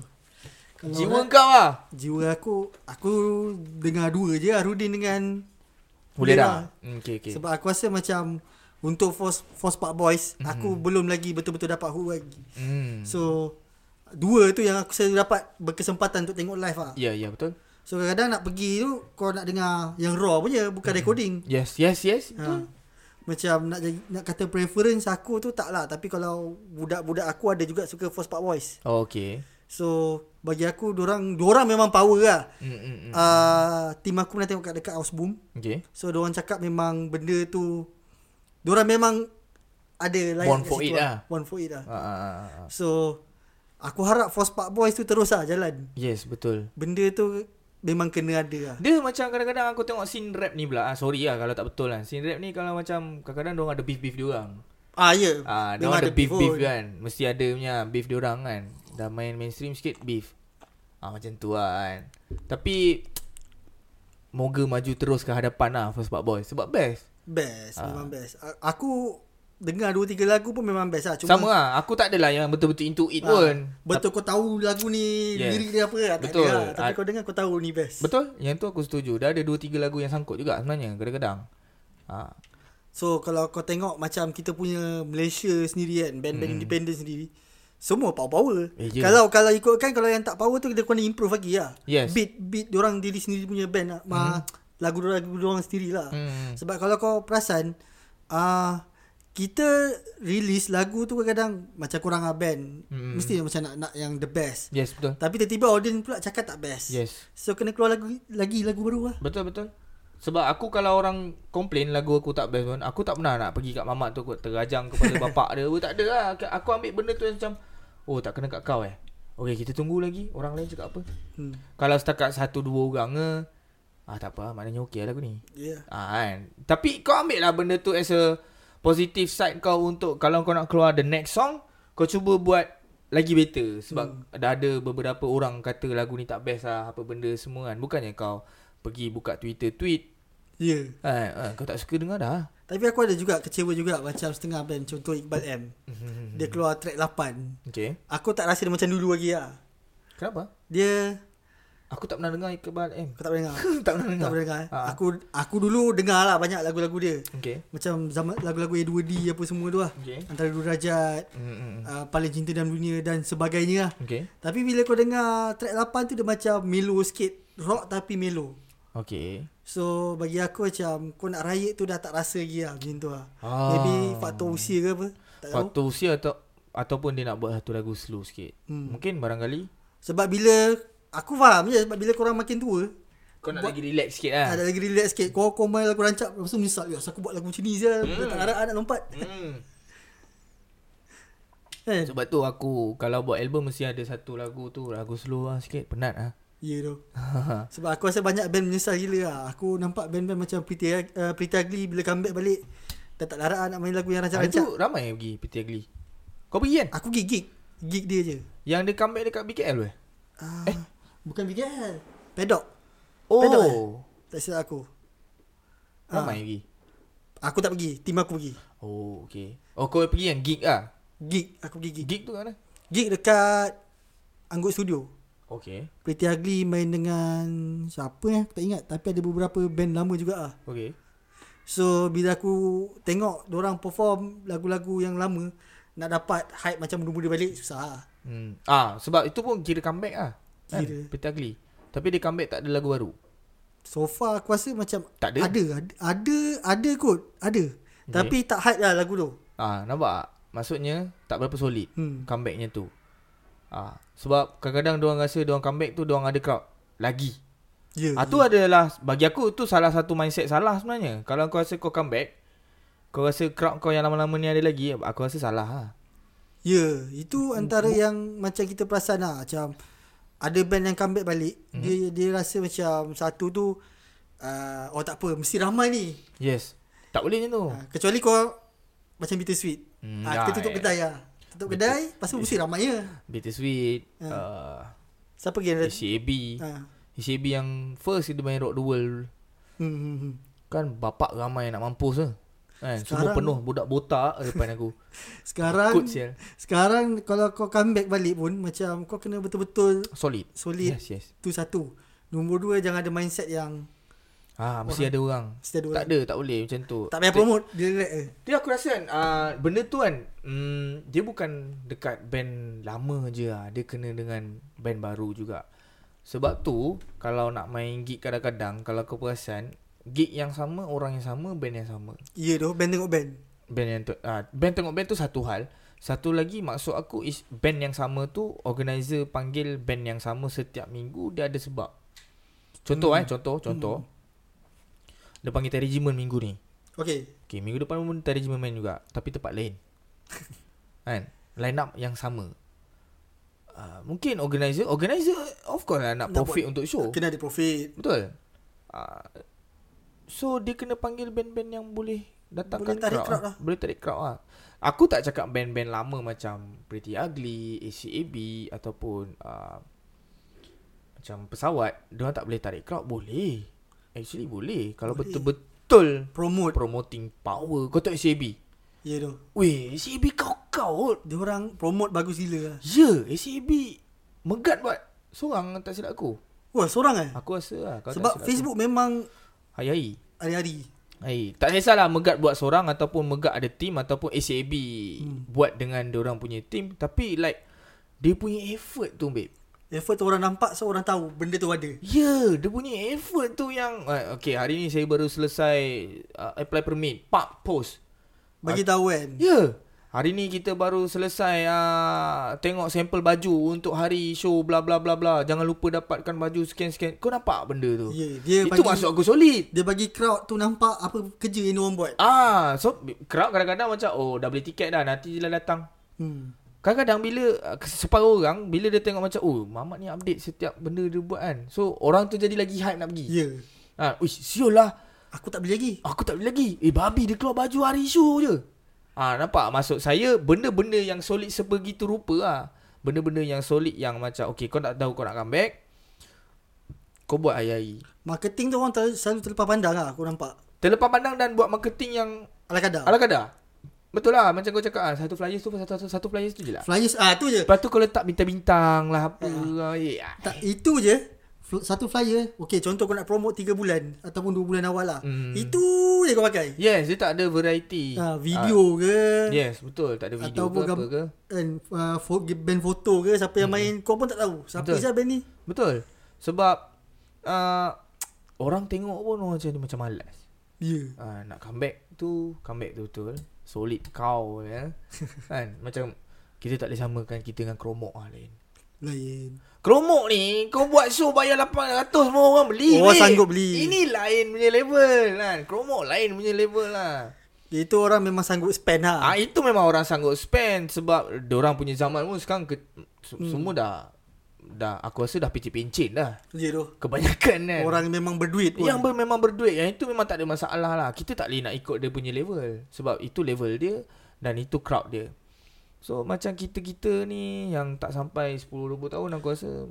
Speaker 2: Kalau
Speaker 1: jiwa
Speaker 2: rap-
Speaker 1: kau ah.
Speaker 2: jiwa aku aku dengar dua je lah Rudin dengan lah.
Speaker 1: Boleh dah.
Speaker 2: Ulera.
Speaker 1: Hmm, okay okay.
Speaker 2: Okay. Sebab aku rasa macam untuk Force Force Park Boys, mm-hmm. aku belum lagi betul-betul dapat hook lagi.
Speaker 1: hmm.
Speaker 2: So dua tu yang aku selalu dapat berkesempatan untuk tengok live ah.
Speaker 1: Ya ya betul.
Speaker 2: So kadang-kadang nak pergi tu kau nak dengar yang raw punya bukan mm-hmm. recording.
Speaker 1: Yes yes yes.
Speaker 2: Ha.
Speaker 1: Betul.
Speaker 2: Macam nak jadi, nak kata preference aku tu tak lah tapi kalau budak-budak aku ada juga suka Force Park Boys.
Speaker 1: Oh, okay.
Speaker 2: So bagi aku dorang dorang memang power lah.
Speaker 1: Hmm hmm. hmm.
Speaker 2: Mm. Uh, team aku pernah tengok kat dekat House Boom.
Speaker 1: Okay.
Speaker 2: So diorang cakap memang benda tu diorang memang ada
Speaker 1: Born
Speaker 2: kat
Speaker 1: for
Speaker 2: situ
Speaker 1: it
Speaker 2: Born for it lah.
Speaker 1: Ah, ah, ah, ah.
Speaker 2: So aku harap Force Park Boys tu terus lah jalan.
Speaker 1: Yes betul.
Speaker 2: Benda tu memang kena ada lah.
Speaker 1: Dia macam kadang-kadang aku tengok scene rap ni pula. Ah, sorry lah kalau tak betul kan. Scene rap ni kalau macam kadang-kadang diorang ada beef-beef diorang.
Speaker 2: Ah ya.
Speaker 1: Ah, diorang
Speaker 2: Memang
Speaker 1: ada
Speaker 2: beef
Speaker 1: beef-beef
Speaker 2: pun.
Speaker 1: kan. Mesti ada punya beef diorang kan. Dah main mainstream sikit beef. Ah macam tu lah kan. Tapi moga maju terus ke hadapan lah First Part Boy. Sebab best.
Speaker 2: Best,
Speaker 1: Ah.
Speaker 2: memang best. A- Aku dengar dua tiga lagu pun memang best lah. Cuma
Speaker 1: Sama lah. Aku tak adalah yang betul-betul into it
Speaker 2: ah,
Speaker 1: pun.
Speaker 2: Betul kau tahu lagu ni
Speaker 1: Yes.
Speaker 2: lirik dia apa lah. Tak
Speaker 1: Betul.
Speaker 2: Ada lah. Tapi
Speaker 1: Ah.
Speaker 2: kau dengar kau tahu ni best.
Speaker 1: Betul? Yang tu aku setuju. Dah ada 2-3 lagu yang sangkut juga sebenarnya. Kadang-kadang. Ah,
Speaker 2: So kalau kau tengok macam kita punya Malaysia sendiri kan Band-band hmm. independent sendiri Semua power-power
Speaker 1: Eh, je.
Speaker 2: Kalau kalau ikutkan Kalau yang tak power tu Dia kena improve lagi lah
Speaker 1: Yes.
Speaker 2: Beat Beat diorang diri sendiri punya band lah hmm. Lagu-lagu diorang sendiri lah
Speaker 1: Hmm.
Speaker 2: Sebab kalau kau perasan uh, kita release lagu tu kadang-kadang macam kurang lah band.
Speaker 1: Mm-mm.
Speaker 2: Mesti macam nak nak yang the best.
Speaker 1: Yes betul.
Speaker 2: Tapi tiba-tiba audience pula cakap tak best.
Speaker 1: Yes.
Speaker 2: So kena keluar lagu lagi lagu baru lah.
Speaker 1: Betul betul. Sebab aku kalau orang komplain lagu aku tak best pun, aku tak pernah nak pergi kat mamak tu aku terajang kepada bapak dia. Oh, tak ada lah. Aku- Aku ambil benda tu yang macam oh tak kena kat kau eh. Okey, kita tunggu lagi orang lain cakap apa.
Speaker 2: Hmm.
Speaker 1: Kalau setakat satu dua orang ke ah tak apa, maknanya okey lah lagu ni.
Speaker 2: Yeah.
Speaker 1: Ah kan. Tapi kau ambil lah benda tu as a positive side kau untuk kalau kau nak keluar the next song, kau cuba buat lagi better sebab hmm. dah ada beberapa orang kata lagu ni tak best lah apa benda semua kan. Bukannya kau pergi buka Twitter tweet
Speaker 2: Yeah.
Speaker 1: eh, eh, kau tak suka dengar dah.
Speaker 2: Tapi aku ada juga kecewa juga macam setengah band contoh Iqbal M.
Speaker 1: Hmm.
Speaker 2: Dia keluar track 8.
Speaker 1: Okay.
Speaker 2: Aku tak rasa dia macam dulu lagi lah.
Speaker 1: Kenapa?
Speaker 2: Dia
Speaker 1: Aku tak pernah dengar Iqbal M.
Speaker 2: aku tak pernah dengar.
Speaker 1: tak pernah dengar.
Speaker 2: tak pernah dengar. eh.
Speaker 1: Ah.
Speaker 2: Aku aku dulu dengar lah banyak lagu-lagu dia.
Speaker 1: Okay.
Speaker 2: Macam zaman lagu-lagu A2D apa semua tu lah.
Speaker 1: Okay.
Speaker 2: Antara Dua Rajat,
Speaker 1: Mm-mm.
Speaker 2: uh, Paling Cinta Dalam Dunia dan sebagainya lah.
Speaker 1: Okay.
Speaker 2: Tapi bila kau dengar track 8 tu dia macam mellow sikit. Rock tapi mellow.
Speaker 1: Okay.
Speaker 2: So bagi aku macam kau nak raik tu dah tak rasa lagi lah macam tu lah.
Speaker 1: Ah.
Speaker 2: Maybe faktor usia ke apa. Tak tahu.
Speaker 1: Faktor usia atau ataupun dia nak buat satu lagu slow sikit.
Speaker 2: Hmm.
Speaker 1: Mungkin barangkali
Speaker 2: Sebab bila aku faham je sebab bila korang makin tua
Speaker 1: kau nak lagi relax sikit lah.
Speaker 2: ada lagi relax sikit. Kau kau main lagu rancak lepas tu misal ya aku buat lagu macam ni je. Hmm. Tak harap nak lompat.
Speaker 1: Hmm.
Speaker 2: Kan?
Speaker 1: Sebab tu aku kalau buat album mesti ada satu lagu tu lagu slow lah sikit penat ah.
Speaker 2: Ya tu. Sebab aku rasa banyak band menyesal gila lah. Aku nampak band-band macam Pretty, uh, Pretty Ugly bila comeback balik dah tak larat lah nak main lagu yang
Speaker 1: Hari
Speaker 2: rancak-rancak.
Speaker 1: tu ramai yang pergi PT Agli. Kau pergi kan?
Speaker 2: Aku pergi gig. Gig dia je.
Speaker 1: Yang dia comeback dekat BKL weh.
Speaker 2: Ah, eh? Bukan BKL. Pedok.
Speaker 1: Oh.
Speaker 2: Pedok eh? Tak silap aku.
Speaker 1: Ramai yang pergi.
Speaker 2: Aku tak pergi. Tim aku pergi.
Speaker 1: Oh, okey. Oh, kau pergi yang gig ah.
Speaker 2: Gig. Aku pergi gig.
Speaker 1: Gig tu kat mana?
Speaker 2: Gig dekat Anggut Studio.
Speaker 1: Okey.
Speaker 2: Pretty Ugly main dengan siapa eh aku tak ingat tapi ada beberapa band lama juga ah.
Speaker 1: Okey.
Speaker 2: So bila aku tengok orang perform lagu-lagu yang lama nak dapat hype macam muda-muda balik susah lah.
Speaker 1: Hmm. Ah, sebab itu pun kira comeback ah. Kan?
Speaker 2: Kira.
Speaker 1: PT Agli. Tapi dia comeback tak ada lagu baru.
Speaker 2: So far aku rasa macam
Speaker 1: Tak ada?
Speaker 2: ada ada ada, ada kot, ada. Okay. Tapi tak hype lah lagu tu.
Speaker 1: Ah, nampak? tak? Maksudnya tak berapa solid
Speaker 2: Hmm.
Speaker 1: comebacknya tu. Ah, sebab kadang-kadang diorang rasa diorang comeback tu diorang ada crowd lagi.
Speaker 2: Ya.
Speaker 1: Ah, tu adalah bagi aku tu salah satu mindset salah sebenarnya. Kalau kau rasa kau comeback, kau rasa crowd kau yang lama-lama ni ada lagi, aku rasa salah ha.
Speaker 2: Ya, itu antara yang macam kita perasan lah macam ada band yang comeback balik,
Speaker 1: Mhm.
Speaker 2: mm-hmm. dia dia rasa macam satu tu uh, oh tak apa, mesti ramai ni.
Speaker 1: Yes. Tak boleh macam tu.
Speaker 2: Uh, kecuali kau macam bittersweet.
Speaker 1: Hmm,
Speaker 2: Mm, uh, kita
Speaker 1: dah,
Speaker 2: tutup
Speaker 1: eh.
Speaker 2: kedai lah. Tutup kedai, lepas tu mesti ramai ya.
Speaker 1: Bittersweet,
Speaker 2: Ah.
Speaker 1: uh,
Speaker 2: Siapa lagi yang
Speaker 1: ECAB.
Speaker 2: uh,
Speaker 1: ECAB yang first dia main Rock the World.
Speaker 2: hmm, hmm, hmm.
Speaker 1: Kan bapak ramai nak mampus lah. Kan, semua
Speaker 2: Sekarang-
Speaker 1: penuh budak botak depan aku.
Speaker 2: Sekarang
Speaker 1: Kut sial.
Speaker 2: sekarang kalau kau comeback balik pun macam kau kena betul-betul
Speaker 1: Solid.
Speaker 2: solid
Speaker 1: Yes, yes.
Speaker 2: tu satu. Nombor dua jangan ada mindset yang
Speaker 1: Ah, mesti ada orang.
Speaker 2: mesti ada
Speaker 1: Tak
Speaker 2: orang.
Speaker 1: ada, tak boleh macam tu.
Speaker 2: Tak payah promote, dia relax je.
Speaker 1: Dia aku rasa kan uh, Benda tu kan um, Dia bukan dekat band lama je lah Dia kena dengan band baru juga Sebab tu Kalau nak main gig kadang-kadang Kalau kau perasan Gig yang sama Orang yang sama Band yang sama
Speaker 2: Ya tu, band tengok band.
Speaker 1: Band yang tu, uh, Band tengok band tu satu hal Satu lagi maksud aku is Band yang sama tu Organizer panggil band yang sama Setiap minggu Dia ada sebab Contoh hmm. eh Contoh Contoh hmm. Dia panggil Terry Jimen minggu ni
Speaker 2: Okay,
Speaker 1: Okay, minggu depan pun Terry Jimen main juga Tapi tempat lain Kan Line up yang sama uh, Mungkin organizer Organizer of course lah nak
Speaker 2: Nak
Speaker 1: profit untuk show
Speaker 2: Kena ada profit.
Speaker 1: Betul uh, So dia kena panggil band-band yang boleh Datangkan
Speaker 2: Boleh tarik crowd
Speaker 1: lah. Boleh tarik crowd lah Aku tak cakap band-band lama macam Pretty Ugly, ACAB Ataupun uh, Macam pesawat Diorang tak boleh tarik crowd Boleh Actually boleh Kalau
Speaker 2: Boleh.
Speaker 1: betul-betul
Speaker 2: Promote.
Speaker 1: promoting power Kau tahu SAB
Speaker 2: Ya tu.
Speaker 1: Weh SAB kau kau kot.
Speaker 2: Dia orang promote bagus gila lah.
Speaker 1: Ya yeah, SAB Megat buat Seorang tak silap aku
Speaker 2: Wah, seorang eh?
Speaker 1: Aku rasa lah kau
Speaker 2: Sebab
Speaker 1: tak silap
Speaker 2: Facebook memang
Speaker 1: aku. Hari-hari
Speaker 2: hari-hari.
Speaker 1: Hai, tak kisahlah Megat buat seorang ataupun Megat ada team ataupun SAB hmm. buat dengan orang punya team tapi like dia punya effort tu babe.
Speaker 2: Effort tu orang nampak so orang tahu benda tu ada.
Speaker 1: Ya, yeah, dia punya eh, effort tu yang uh, Okay, hari ni saya baru selesai uh, apply permit Pak, post
Speaker 2: Bagi tahu kan.
Speaker 1: Ya. Yeah. Hari ni kita baru selesai uh, tengok sampel baju untuk hari show bla bla bla bla. Jangan lupa dapatkan baju sekian-sekian. Kau nampak benda tu?
Speaker 2: Ya, dia
Speaker 1: Itu
Speaker 2: bagi-
Speaker 1: masuk aku solid.
Speaker 2: Dia bagi crowd tu nampak apa kerja yang orang buat.
Speaker 1: Ah, so crowd kadang-kadang macam oh dah beli tiket dah nanti je lah datang.
Speaker 2: Hmm.
Speaker 1: Kadang-kadang bila ah, separuh orang bila dia tengok macam oh Mamat ni update setiap benda dia buat kan. So orang tu jadi lagi hype nak pergi.
Speaker 2: Ya. Yeah.
Speaker 1: Ah, uish, siul lah.
Speaker 2: Aku tak beli lagi.
Speaker 1: Aku tak boleh lagi. Eh babi dia keluar baju hari show je. Ah nampak maksud saya benda-benda yang solid sebegitu rupa lah. Benda-benda yang solid yang macam okay kau tak tahu kau nak comeback. Kau buat hari-hari.
Speaker 2: Marketing tu orang ter, selalu terlepas pandang lah aku nampak.
Speaker 1: Terlepas pandang dan buat marketing yang
Speaker 2: Ala kadar.
Speaker 1: ala kadar. Betul lah macam kau cakap ah satu flyers tu satu satu, satu flyers tu je lah.
Speaker 2: Flyers ah tu je.
Speaker 1: Lepas tu kau letak bintang-bintang lah apa lah. Eh, ah.
Speaker 2: Tak itu je. Fl- Satu flyer. Okey contoh kau nak promote 3 bulan ataupun 2 bulan awal lah.
Speaker 1: Hmm.
Speaker 2: Itu je kau pakai.
Speaker 1: Yes, dia tak ada variety. Ah,
Speaker 2: Ah, video ke
Speaker 1: Yes, betul. Tak ada video
Speaker 2: ataupun
Speaker 1: ke apa
Speaker 2: gam-
Speaker 1: ke.
Speaker 2: And, uh, fo- band foto ke siapa yang main kau pun tak tahu. Siapa
Speaker 1: Hmm. Betul.
Speaker 2: je band ni?
Speaker 1: Betul. Sebab uh, orang tengok pun orang macam ni macam malas.
Speaker 2: Ya. Yeah.
Speaker 1: Uh, nak comeback tu, comeback tu betul. Solid kau ya. kan macam kita tak boleh samakan kita dengan kromok lah lain.
Speaker 2: Lain.
Speaker 1: Kromok ni kau buat show bayar 800 semua orang beli.
Speaker 2: Oh, Orang
Speaker 1: weh.
Speaker 2: sanggup beli.
Speaker 1: Ini lain punya level kan. Kromok lain punya level lah.
Speaker 2: Itu orang memang sanggup spend
Speaker 1: Ah
Speaker 2: lah.
Speaker 1: itu memang orang sanggup spend sebab orang punya zaman pun sekarang ke, se-
Speaker 2: Hmm.
Speaker 1: semua dah dah aku rasa dah picit-pincin dah.
Speaker 2: Ya tu.
Speaker 1: Kebanyakan kan.
Speaker 2: Orang yang memang berduit pun.
Speaker 1: yang ber, memang berduit yang itu memang tak ada masalah lah. Kita tak boleh nak ikut dia punya level sebab itu level dia dan itu crowd dia. So macam kita-kita ni yang tak sampai 10 20 tahun aku rasa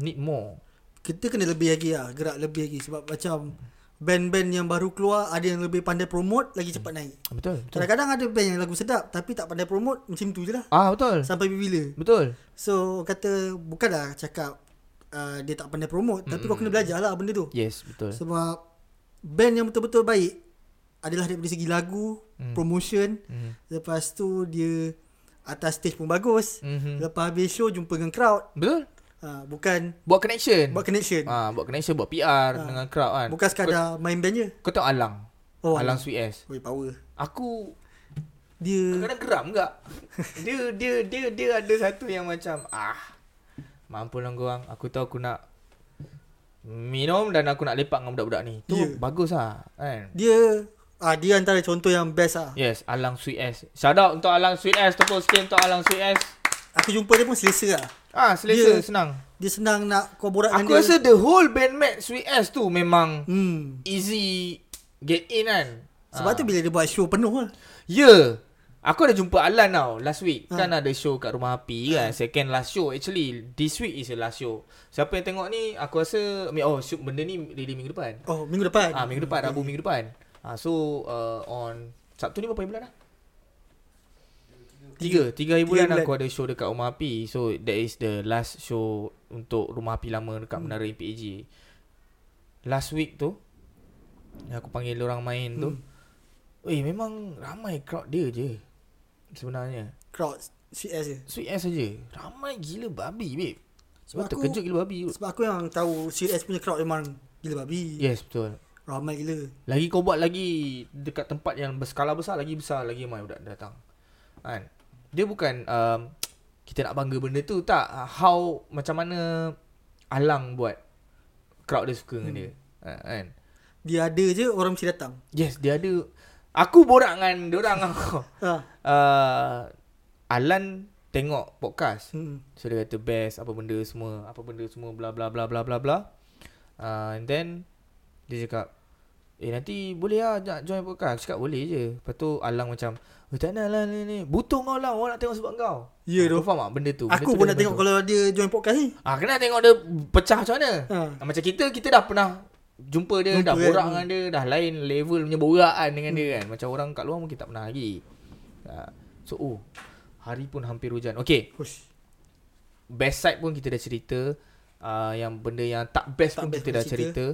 Speaker 1: need more.
Speaker 2: kita kena lebih lagi lah gerak lebih lagi sebab macam band-band yang baru keluar ada yang lebih pandai promote lagi cepat naik
Speaker 1: Betul. betul.
Speaker 2: kadang-kadang ada band yang lagu sedap tapi tak pandai promote macam tu je lah
Speaker 1: Ah betul.
Speaker 2: sampai bila
Speaker 1: Betul.
Speaker 2: so kata bukanlah cakap uh, dia tak pandai promote tapi kau kena belajar lah benda tu
Speaker 1: Yes, betul.
Speaker 2: sebab band yang betul-betul baik adalah daripada segi lagu
Speaker 1: Mm.
Speaker 2: promotion
Speaker 1: Mhm.
Speaker 2: lepas tu dia atas stage pun bagus
Speaker 1: Mhm.
Speaker 2: lepas habis show jumpa dengan crowd
Speaker 1: Betul.
Speaker 2: uh, bukan
Speaker 1: Buat connection.
Speaker 2: buat connection
Speaker 1: Ah buat connection buat PR dengan crowd kan.
Speaker 2: bukan sekadar main band je
Speaker 1: Kau tahu Alang oh,
Speaker 2: Oh,
Speaker 1: Alang Sweet S
Speaker 2: Oi power.
Speaker 1: Aku
Speaker 2: Dia
Speaker 1: Kadang-kadang geram tak Dia dia dia dia ada satu yang macam Ah Mampu lah korang Aku tahu aku nak Minum dan aku nak lepak dengan budak-budak ni Tu
Speaker 2: Ya.
Speaker 1: yeah. bagus lah kan
Speaker 2: dia ah dia antara contoh yang best ah.
Speaker 1: Yes Alang Sweet S Shout out untuk Alang Sweet S Tepuk sikit untuk Alang Sweet S
Speaker 2: Aku jumpa dia pun selesa lah.
Speaker 1: Ah selesa
Speaker 2: Dia-
Speaker 1: senang
Speaker 2: Dia senang nak kau borak
Speaker 1: Aku
Speaker 2: dengan dia.
Speaker 1: rasa the whole bandmate Sweet S tu memang
Speaker 2: hmm.
Speaker 1: Easy Get in kan
Speaker 2: Sebab tu bila dia buat show penuh lah.
Speaker 1: Ya yeah. Aku ada jumpa Alan tau Last week ha. Kan ada show kat rumah api kan Second last show Actually This week is the last show Siapa yang tengok ni Aku rasa I mean, Oh shoot, benda ni Really minggu depan
Speaker 2: Oh, minggu depan.
Speaker 1: Ah ha, Minggu depan Rabu minggu depan ha, So uh, On Sabtu ni berapa hari bulan lah? Tiga Tiga hari
Speaker 2: Tiga
Speaker 1: bulan,
Speaker 2: bulan.
Speaker 1: aku ada show dekat rumah api So that is the last show Untuk rumah api lama Dekat Menara MPAG Last week tu yang Aku panggil orang main tu
Speaker 2: Hmm.
Speaker 1: Eh memang ramai crowd dia je Sebenarnya
Speaker 2: Crowd CS je.
Speaker 1: Sweet ass saja Ramai gila babi babe Sebab
Speaker 2: Sebab aku-
Speaker 1: terkejut gila babi kot.
Speaker 2: Sebab aku yang tahu CS punya crowd memang gila babi.
Speaker 1: Yes betul
Speaker 2: Ramai gila.
Speaker 1: Lagi kau buat lagi dekat tempat yang berskala besar lagi besar lagi ramai budak datang. Kan? Dia bukan um, kita nak bangga benda tu tak how macam mana Alang buat crowd dia suka hmm. dengan dia. Ha, kan?
Speaker 2: Dia ada je orang mesti datang.
Speaker 1: Yes, dia ada aku borak dengan dia orang aku.
Speaker 2: Ha.
Speaker 1: Uh, Alan tengok podcast.
Speaker 2: Hmm.
Speaker 1: So dia kata best apa benda semua, apa benda semua bla bla bla bla bla bla. Uh, and then dia cakap Eh nanti boleh lah nak join podcast Aku cakap boleh je Lepas tu Alang macam Oh tak nak lah ni ni Butuh kau lah Orang nak tengok sebab kau Ah,
Speaker 2: Ya, doh.
Speaker 1: Kau faham tak benda tu benda
Speaker 2: Aku
Speaker 1: tu
Speaker 2: pun
Speaker 1: dia
Speaker 2: nak tengok
Speaker 1: membantu.
Speaker 2: kalau dia join podcast ni.
Speaker 1: Ah kena tengok dia pecah macam mana
Speaker 2: Ha.
Speaker 1: ha. Macam kita Kita dah pernah Jumpa dia
Speaker 2: Jumpa Hmm.
Speaker 1: Dah
Speaker 2: kan.
Speaker 1: borak dengan dia Dah lain level punya borakan dengan dia kan Macam orang kat luar mungkin tak pernah lagi Ah, So oh Hari pun hampir hujan Okay
Speaker 2: Hush.
Speaker 1: best side pun kita dah cerita uh, yang benda yang tak best tak
Speaker 2: Tak
Speaker 1: pun
Speaker 2: best
Speaker 1: kita
Speaker 2: pun
Speaker 1: dah
Speaker 2: cerita.
Speaker 1: cerita.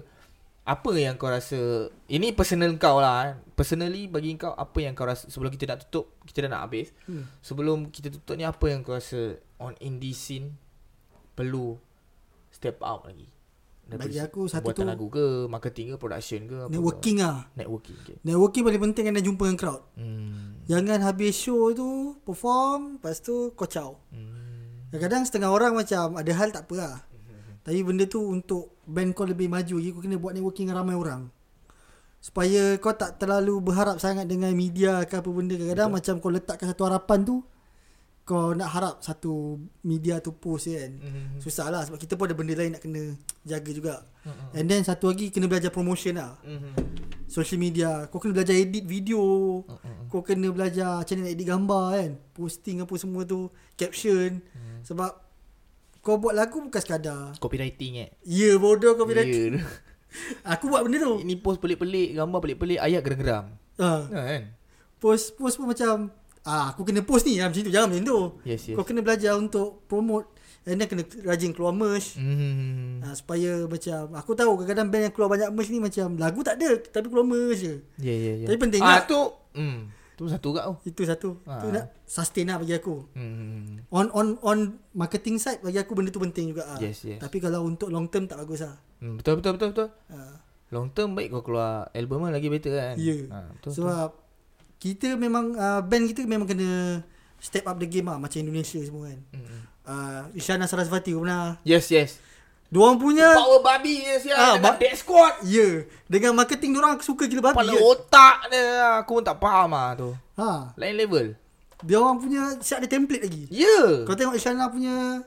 Speaker 1: apa yang kau rasa ini personal kau lah eh. personally bagi kau apa yang kau rasa sebelum kita nak tutup kita dah nak habis
Speaker 2: Hmm.
Speaker 1: sebelum kita tutup ni apa yang kau rasa on indie scene perlu step out lagi
Speaker 2: Bagi aku, satu
Speaker 1: buatan
Speaker 2: tu-
Speaker 1: lagu ke, marketing ke, production ke, apa
Speaker 2: Networking lah.
Speaker 1: Ke. Networking. Okay.
Speaker 2: Networking paling penting kena jumpa dengan crowd.
Speaker 1: Hmm.
Speaker 2: Jangan habis show tu perform, lepas tu kocau.
Speaker 1: Hmm.
Speaker 2: Kadang-kadang setengah orang macam ada hal tak apa lah. Tapi benda tu untuk band kau lebih maju lagi, kau kena buat networking dengan ramai orang. Supaya kau tak terlalu berharap sangat dengan media ke apa benda. Kadang-kadang macam kau letakkan satu harapan tu, kau nak harap satu media tu post je kan.
Speaker 1: Mhm.
Speaker 2: Susah lah sebab kita pun ada benda lain nak kena jaga juga. And then satu lagi kena belajar promotion lah.
Speaker 1: Mhm.
Speaker 2: Social media. Kau kena belajar edit video. Kau kena belajar macam mana nak edit gambar kan. Posting apa semua tu. Caption.
Speaker 1: Mm.
Speaker 2: Sebab kau buat lagu bukan sekadar.
Speaker 1: Copywriting eh.
Speaker 2: Ya yeah, bodoh kau bilang.
Speaker 1: Ya.
Speaker 2: Aku buat benda tu.
Speaker 1: Ini post pelik-pelik, gambar pelik-pelik, ayat geram-geram.
Speaker 2: Ha,
Speaker 1: Ha, kan?
Speaker 2: post post pun macam ah aku kena post ni ah, macam tu jangan macam tu.
Speaker 1: Yes, yes.
Speaker 2: Kau kena belajar untuk promote and then kena rajin keluar merch.
Speaker 1: Hmm.
Speaker 2: Ha, supaya macam aku tahu kadang-kadang band yang keluar banyak merch ni macam lagu tak ada tapi keluar merch je.
Speaker 1: Ya, ya, ya.
Speaker 2: Tapi penting
Speaker 1: ah,
Speaker 2: tak?
Speaker 1: tu. Hmm. Tu satu kat tu.
Speaker 2: Itu satu.
Speaker 1: Ha.
Speaker 2: Ha. Tu nak sustain lah bagi aku.
Speaker 1: Hmm.
Speaker 2: On on on marketing side bagi aku benda tu penting juga ah.
Speaker 1: Yes, yes.
Speaker 2: Tapi kalau untuk long term tak bagus lah.
Speaker 1: Hmm, Betul, betul, betul, betul.
Speaker 2: Ha.
Speaker 1: Long term baik kau keluar album lah lagi better kan.
Speaker 2: Ya.
Speaker 1: Ha, betul. So,
Speaker 2: Sebab kita memang uh, band kita memang kena step up the game lah macam Indonesia semua kan.
Speaker 1: Hmm.
Speaker 2: Uh, Isyana Sarasvati kau pernah.
Speaker 1: yes, yes.
Speaker 2: Dua orang punya
Speaker 1: Power babi je sial
Speaker 2: Ya. Ah,
Speaker 1: ah, dengan
Speaker 2: ba-
Speaker 1: dead squad.
Speaker 2: ya yeah. dengan marketing orang aku suka gila
Speaker 1: Kepala
Speaker 2: babi. Ya.
Speaker 1: otak dia aku pun tak faham ah tu.
Speaker 2: Ha,
Speaker 1: Lain level.
Speaker 2: dia orang punya siap ada template lagi.
Speaker 1: Ya. Yeah.
Speaker 2: Kau tengok Isyana punya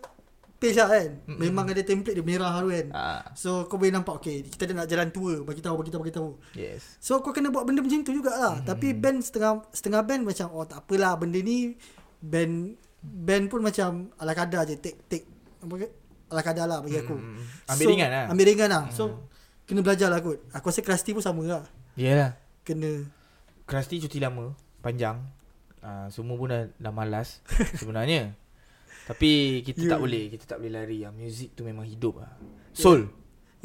Speaker 2: page lah kan. Memang ada template dia merah tu kan.
Speaker 1: Ah,
Speaker 2: So kau boleh nampak okay kita ada nak jalan tua bagi tahu bagi tahu bagi tahu.
Speaker 1: yes.
Speaker 2: So kau kena buat benda macam tu jugalah.
Speaker 1: Hmm.
Speaker 2: Mm-hmm. Tapi band setengah setengah band macam oh tak apalah benda ni band band pun macam ala kadar je take take apa ke? ala kadar lah bagi aku.
Speaker 1: Mm-hmm. Ambil ringan lah.
Speaker 2: Ambil ringan lah. So kena belajar lah kot. Aku rasa Krusty pun sama lah.
Speaker 1: Yalah.
Speaker 2: Kena
Speaker 1: Krusty cuti lama, panjang. Uh, semua pun dah, dah malas sebenarnya. Tapi kita yeah. tak
Speaker 2: Ya.
Speaker 1: boleh, kita tak boleh lari. Ah, music tu memang hidup ah. Soul.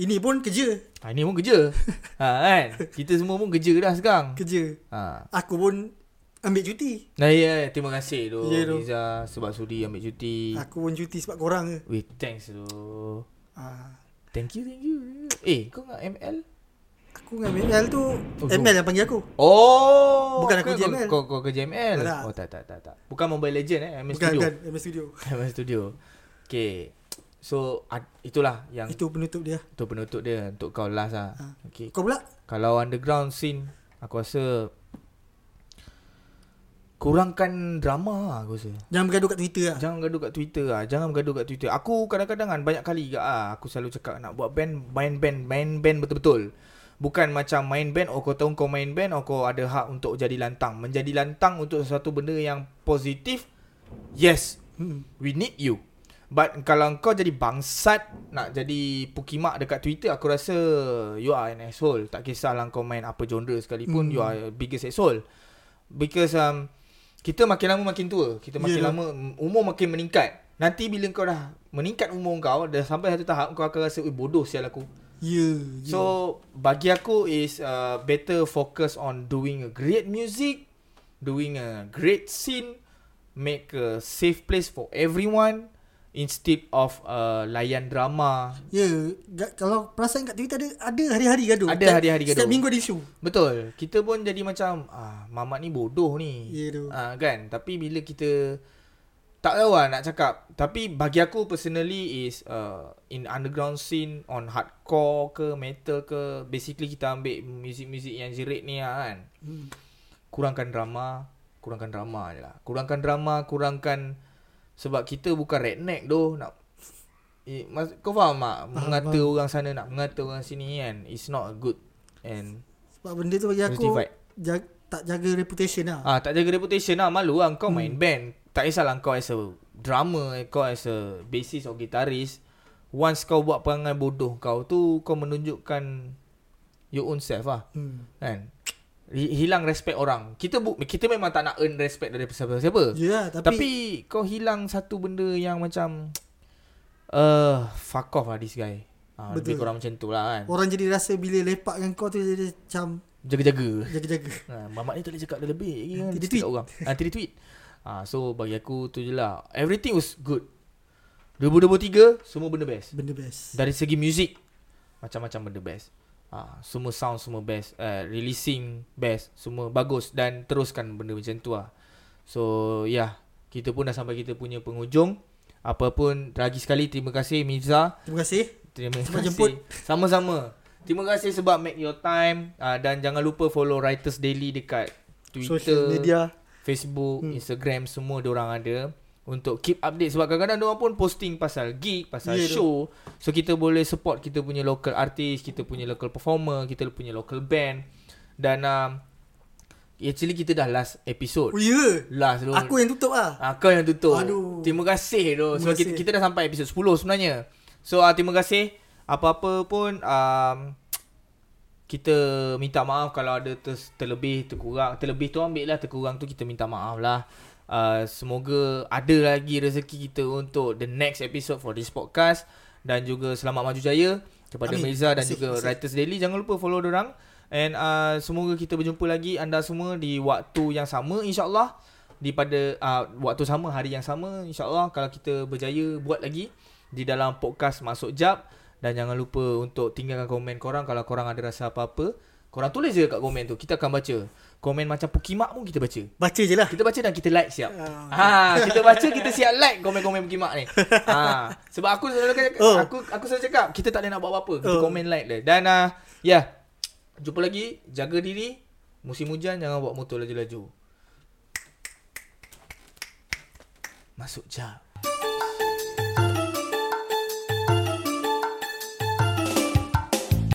Speaker 2: ini pun kerja,
Speaker 1: Yeah. Ha, ini pun kerja. ha, kan? Kita semua pun kerja dah sekarang.
Speaker 2: kerja.
Speaker 1: Ha.
Speaker 2: Aku pun ambil cuti.
Speaker 1: Nah, ya, yeah, terima kasih tu yeah,
Speaker 2: Ya, tu.
Speaker 1: Riza sebab sudi ambil cuti.
Speaker 2: Aku pun cuti sebab korang ke.
Speaker 1: Weh, thanks tu.
Speaker 2: Ah.
Speaker 1: Thank you, thank you. Eh, kau dengan ML?
Speaker 2: Aku dengan ML tu
Speaker 1: Oh,
Speaker 2: ML yang panggil aku.
Speaker 1: Oh,
Speaker 2: Bukan aku
Speaker 1: kau-
Speaker 2: JML.
Speaker 1: Kau, kau, kau ke JML?
Speaker 2: Tak.
Speaker 1: Oh, tak, tak, tak, tak. Bukan Mobile Legend eh, ML
Speaker 2: Bukan
Speaker 1: Studio.
Speaker 2: bukan ML Studio.
Speaker 1: ML Studio. Okay. So, ad- itulah yang
Speaker 2: Itu penutup dia.
Speaker 1: tu penutup dia untuk kau last lah.
Speaker 2: Ha.
Speaker 1: Okay.
Speaker 2: Kau pula?
Speaker 1: Kalau underground scene, aku rasa kurangkan drama lah aku rasa.
Speaker 2: Jangan bergaduh kat Twitter lah.
Speaker 1: Jangan gaduh kat Twitter ah. Jangan bergaduh kat Twitter. Aku kadang-kadang kan banyak kali juga ah aku selalu cakap nak buat band, main band, main band betul-betul. Bukan macam main band oh kau tahu kau main band oh kau ada hak untuk jadi lantang. Menjadi lantang untuk sesuatu benda yang positif. Yes,
Speaker 2: Hmm.
Speaker 1: we need you. But kalau kau jadi bangsat nak jadi pukimak dekat Twitter aku rasa you are an asshole. Tak kisahlah kau main apa genre sekalipun
Speaker 2: Hmm.
Speaker 1: you are the biggest asshole. Because um kita makin lama makin tua, kita makin
Speaker 2: Yeah.
Speaker 1: lama mm, umur makin meningkat. Nanti bila kau dah meningkat umur kau dah sampai satu tahap kau akan rasa "Ui, bodoh sial aku.
Speaker 2: Ya. ya.
Speaker 1: So bagi aku is uh, better focus on doing a great music, doing a great scene, make a safe place for everyone instead of uh, layan drama.
Speaker 2: Ya, ga- kalau perasan kat Twitter ada ada hari-hari gaduh.
Speaker 1: Ada
Speaker 2: Setiap-
Speaker 1: hari-hari gaduh. Hmm.
Speaker 2: Setiap minggu ada isu.
Speaker 1: Betul. Kita pun jadi macam ah mamat ni bodoh ni.
Speaker 2: Ya tu.
Speaker 1: Ah kan, tapi bila kita tak tahu lah nak cakap. Tapi bagi aku personally is uh, in underground scene on hardcore ke metal ke basically kita ambil music-music yang jerit ni lah kan.
Speaker 2: Hmm.
Speaker 1: kurangkan drama kurangkan drama je lah kurangkan drama kurangkan sebab kita bukan redneck doh nak eh, mas, kau faham tak mengata
Speaker 2: faham.
Speaker 1: orang sana nak mengata orang sini kan it's not good and
Speaker 2: Sebab benda tu bagi Ya, aku
Speaker 1: Positive vibe.
Speaker 2: jag, tak jaga reputation lah.
Speaker 1: ah tak jaga reputation lah malu lah kau
Speaker 2: Hmm.
Speaker 1: main band tak kisahlah kau as a drummer kau as a bassist or guitarist once kau buat perangai bodoh kau tu kau menunjukkan your own self lah
Speaker 2: Hmm.
Speaker 1: kan Hi- hilang respect orang kita bu- kita memang tak nak earn respect dari siapa-siapa
Speaker 2: Ya, yeah,
Speaker 1: Tapi,
Speaker 2: tapi,
Speaker 1: Tapi kau hilang satu benda yang macam uh, Fuck off lah this guy ha, Lebih
Speaker 2: Betul. Oh.
Speaker 1: kurang macam tu lah kan
Speaker 2: orang jadi rasa bila lepak dengan kau tu dia jadi macam
Speaker 1: Jaga-jaga
Speaker 2: jaga-jaga.
Speaker 1: ha, Mamat ni tak boleh cakap dah lebih lagi kan
Speaker 2: Nanti dia
Speaker 1: Nanti
Speaker 2: tweet.
Speaker 1: orang Nanti dia tweet ha, So bagi aku tu je lah Everything was good 2023 semua benda best
Speaker 2: Benda best.
Speaker 1: Dari segi music Macam-macam benda best. Ah, semua sound semua best, uh, releasing best, semua bagus dan teruskan benda macam tu lah. So, ya, yeah, kita pun dah sampai kita punya penghujung. Apa pun lagi sekali terima kasih Mirza.
Speaker 2: Terima kasih.
Speaker 1: Terima
Speaker 2: Cepat
Speaker 1: kasih.
Speaker 2: jemput.
Speaker 1: Sama-sama. Terima kasih sebab make your time uh, dan jangan lupa follow Writers Daily dekat Twitter,
Speaker 2: Social media.
Speaker 1: Facebook, hmm. Instagram semua diorang ada untuk keep update sebab kadang-kadang diorang pun posting pasal gig, pasal yeah,
Speaker 2: Yeah,
Speaker 1: show. So kita boleh support kita punya local artist, kita punya local performer, kita punya local band dan um, actually kita dah last
Speaker 2: Oh
Speaker 1: episode.
Speaker 2: ya. Yeah.
Speaker 1: Last tu.
Speaker 2: Aku yang tutup lah.
Speaker 1: Ah, kau yang tutup.
Speaker 2: Aduh.
Speaker 1: Terima kasih tu. So
Speaker 2: Terima
Speaker 1: kita,
Speaker 2: kasih.
Speaker 1: kita dah sampai episod 10 sebenarnya. So ah, terima kasih. Apa-apa pun um, kita minta maaf kalau ada ter, terlebih, terkurang. Terlebih tu ambil lah, terkurang tu kita minta maaf lah. Uh, semoga ada lagi rezeki kita untuk the next episode for this podcast dan juga selamat maju jaya kepada
Speaker 2: Amin.
Speaker 1: Mirza dan
Speaker 2: Terima kasih,
Speaker 1: juga
Speaker 2: terima kasih.
Speaker 1: Writers Daily. Jangan lupa follow dorang and uh, semoga kita berjumpa lagi anda semua di waktu yang sama insyaallah di pada uh, waktu sama hari yang sama insyaallah kalau kita berjaya buat lagi di dalam podcast masuk jap dan jangan lupa untuk tinggalkan komen korang kalau korang ada rasa apa-apa korang tulis je kat komen tu kita akan baca komen macam pukimak pun kita baca
Speaker 2: Baca je lah.
Speaker 1: kita baca dan kita like siap.
Speaker 2: Ah.
Speaker 1: Ha, kita baca kita siap like komen-komen berkimak ni. Ha, sebab aku selalu cakap,
Speaker 2: Oh.
Speaker 1: aku aku selalu cakap kita tak boleh nak buat apa-apa. Kita
Speaker 2: Oh.
Speaker 1: komen like dia. Dan uh, ya. Yeah, jumpa lagi, jaga diri. Musim hujan jangan bawa motor laju-laju. Masuk jap.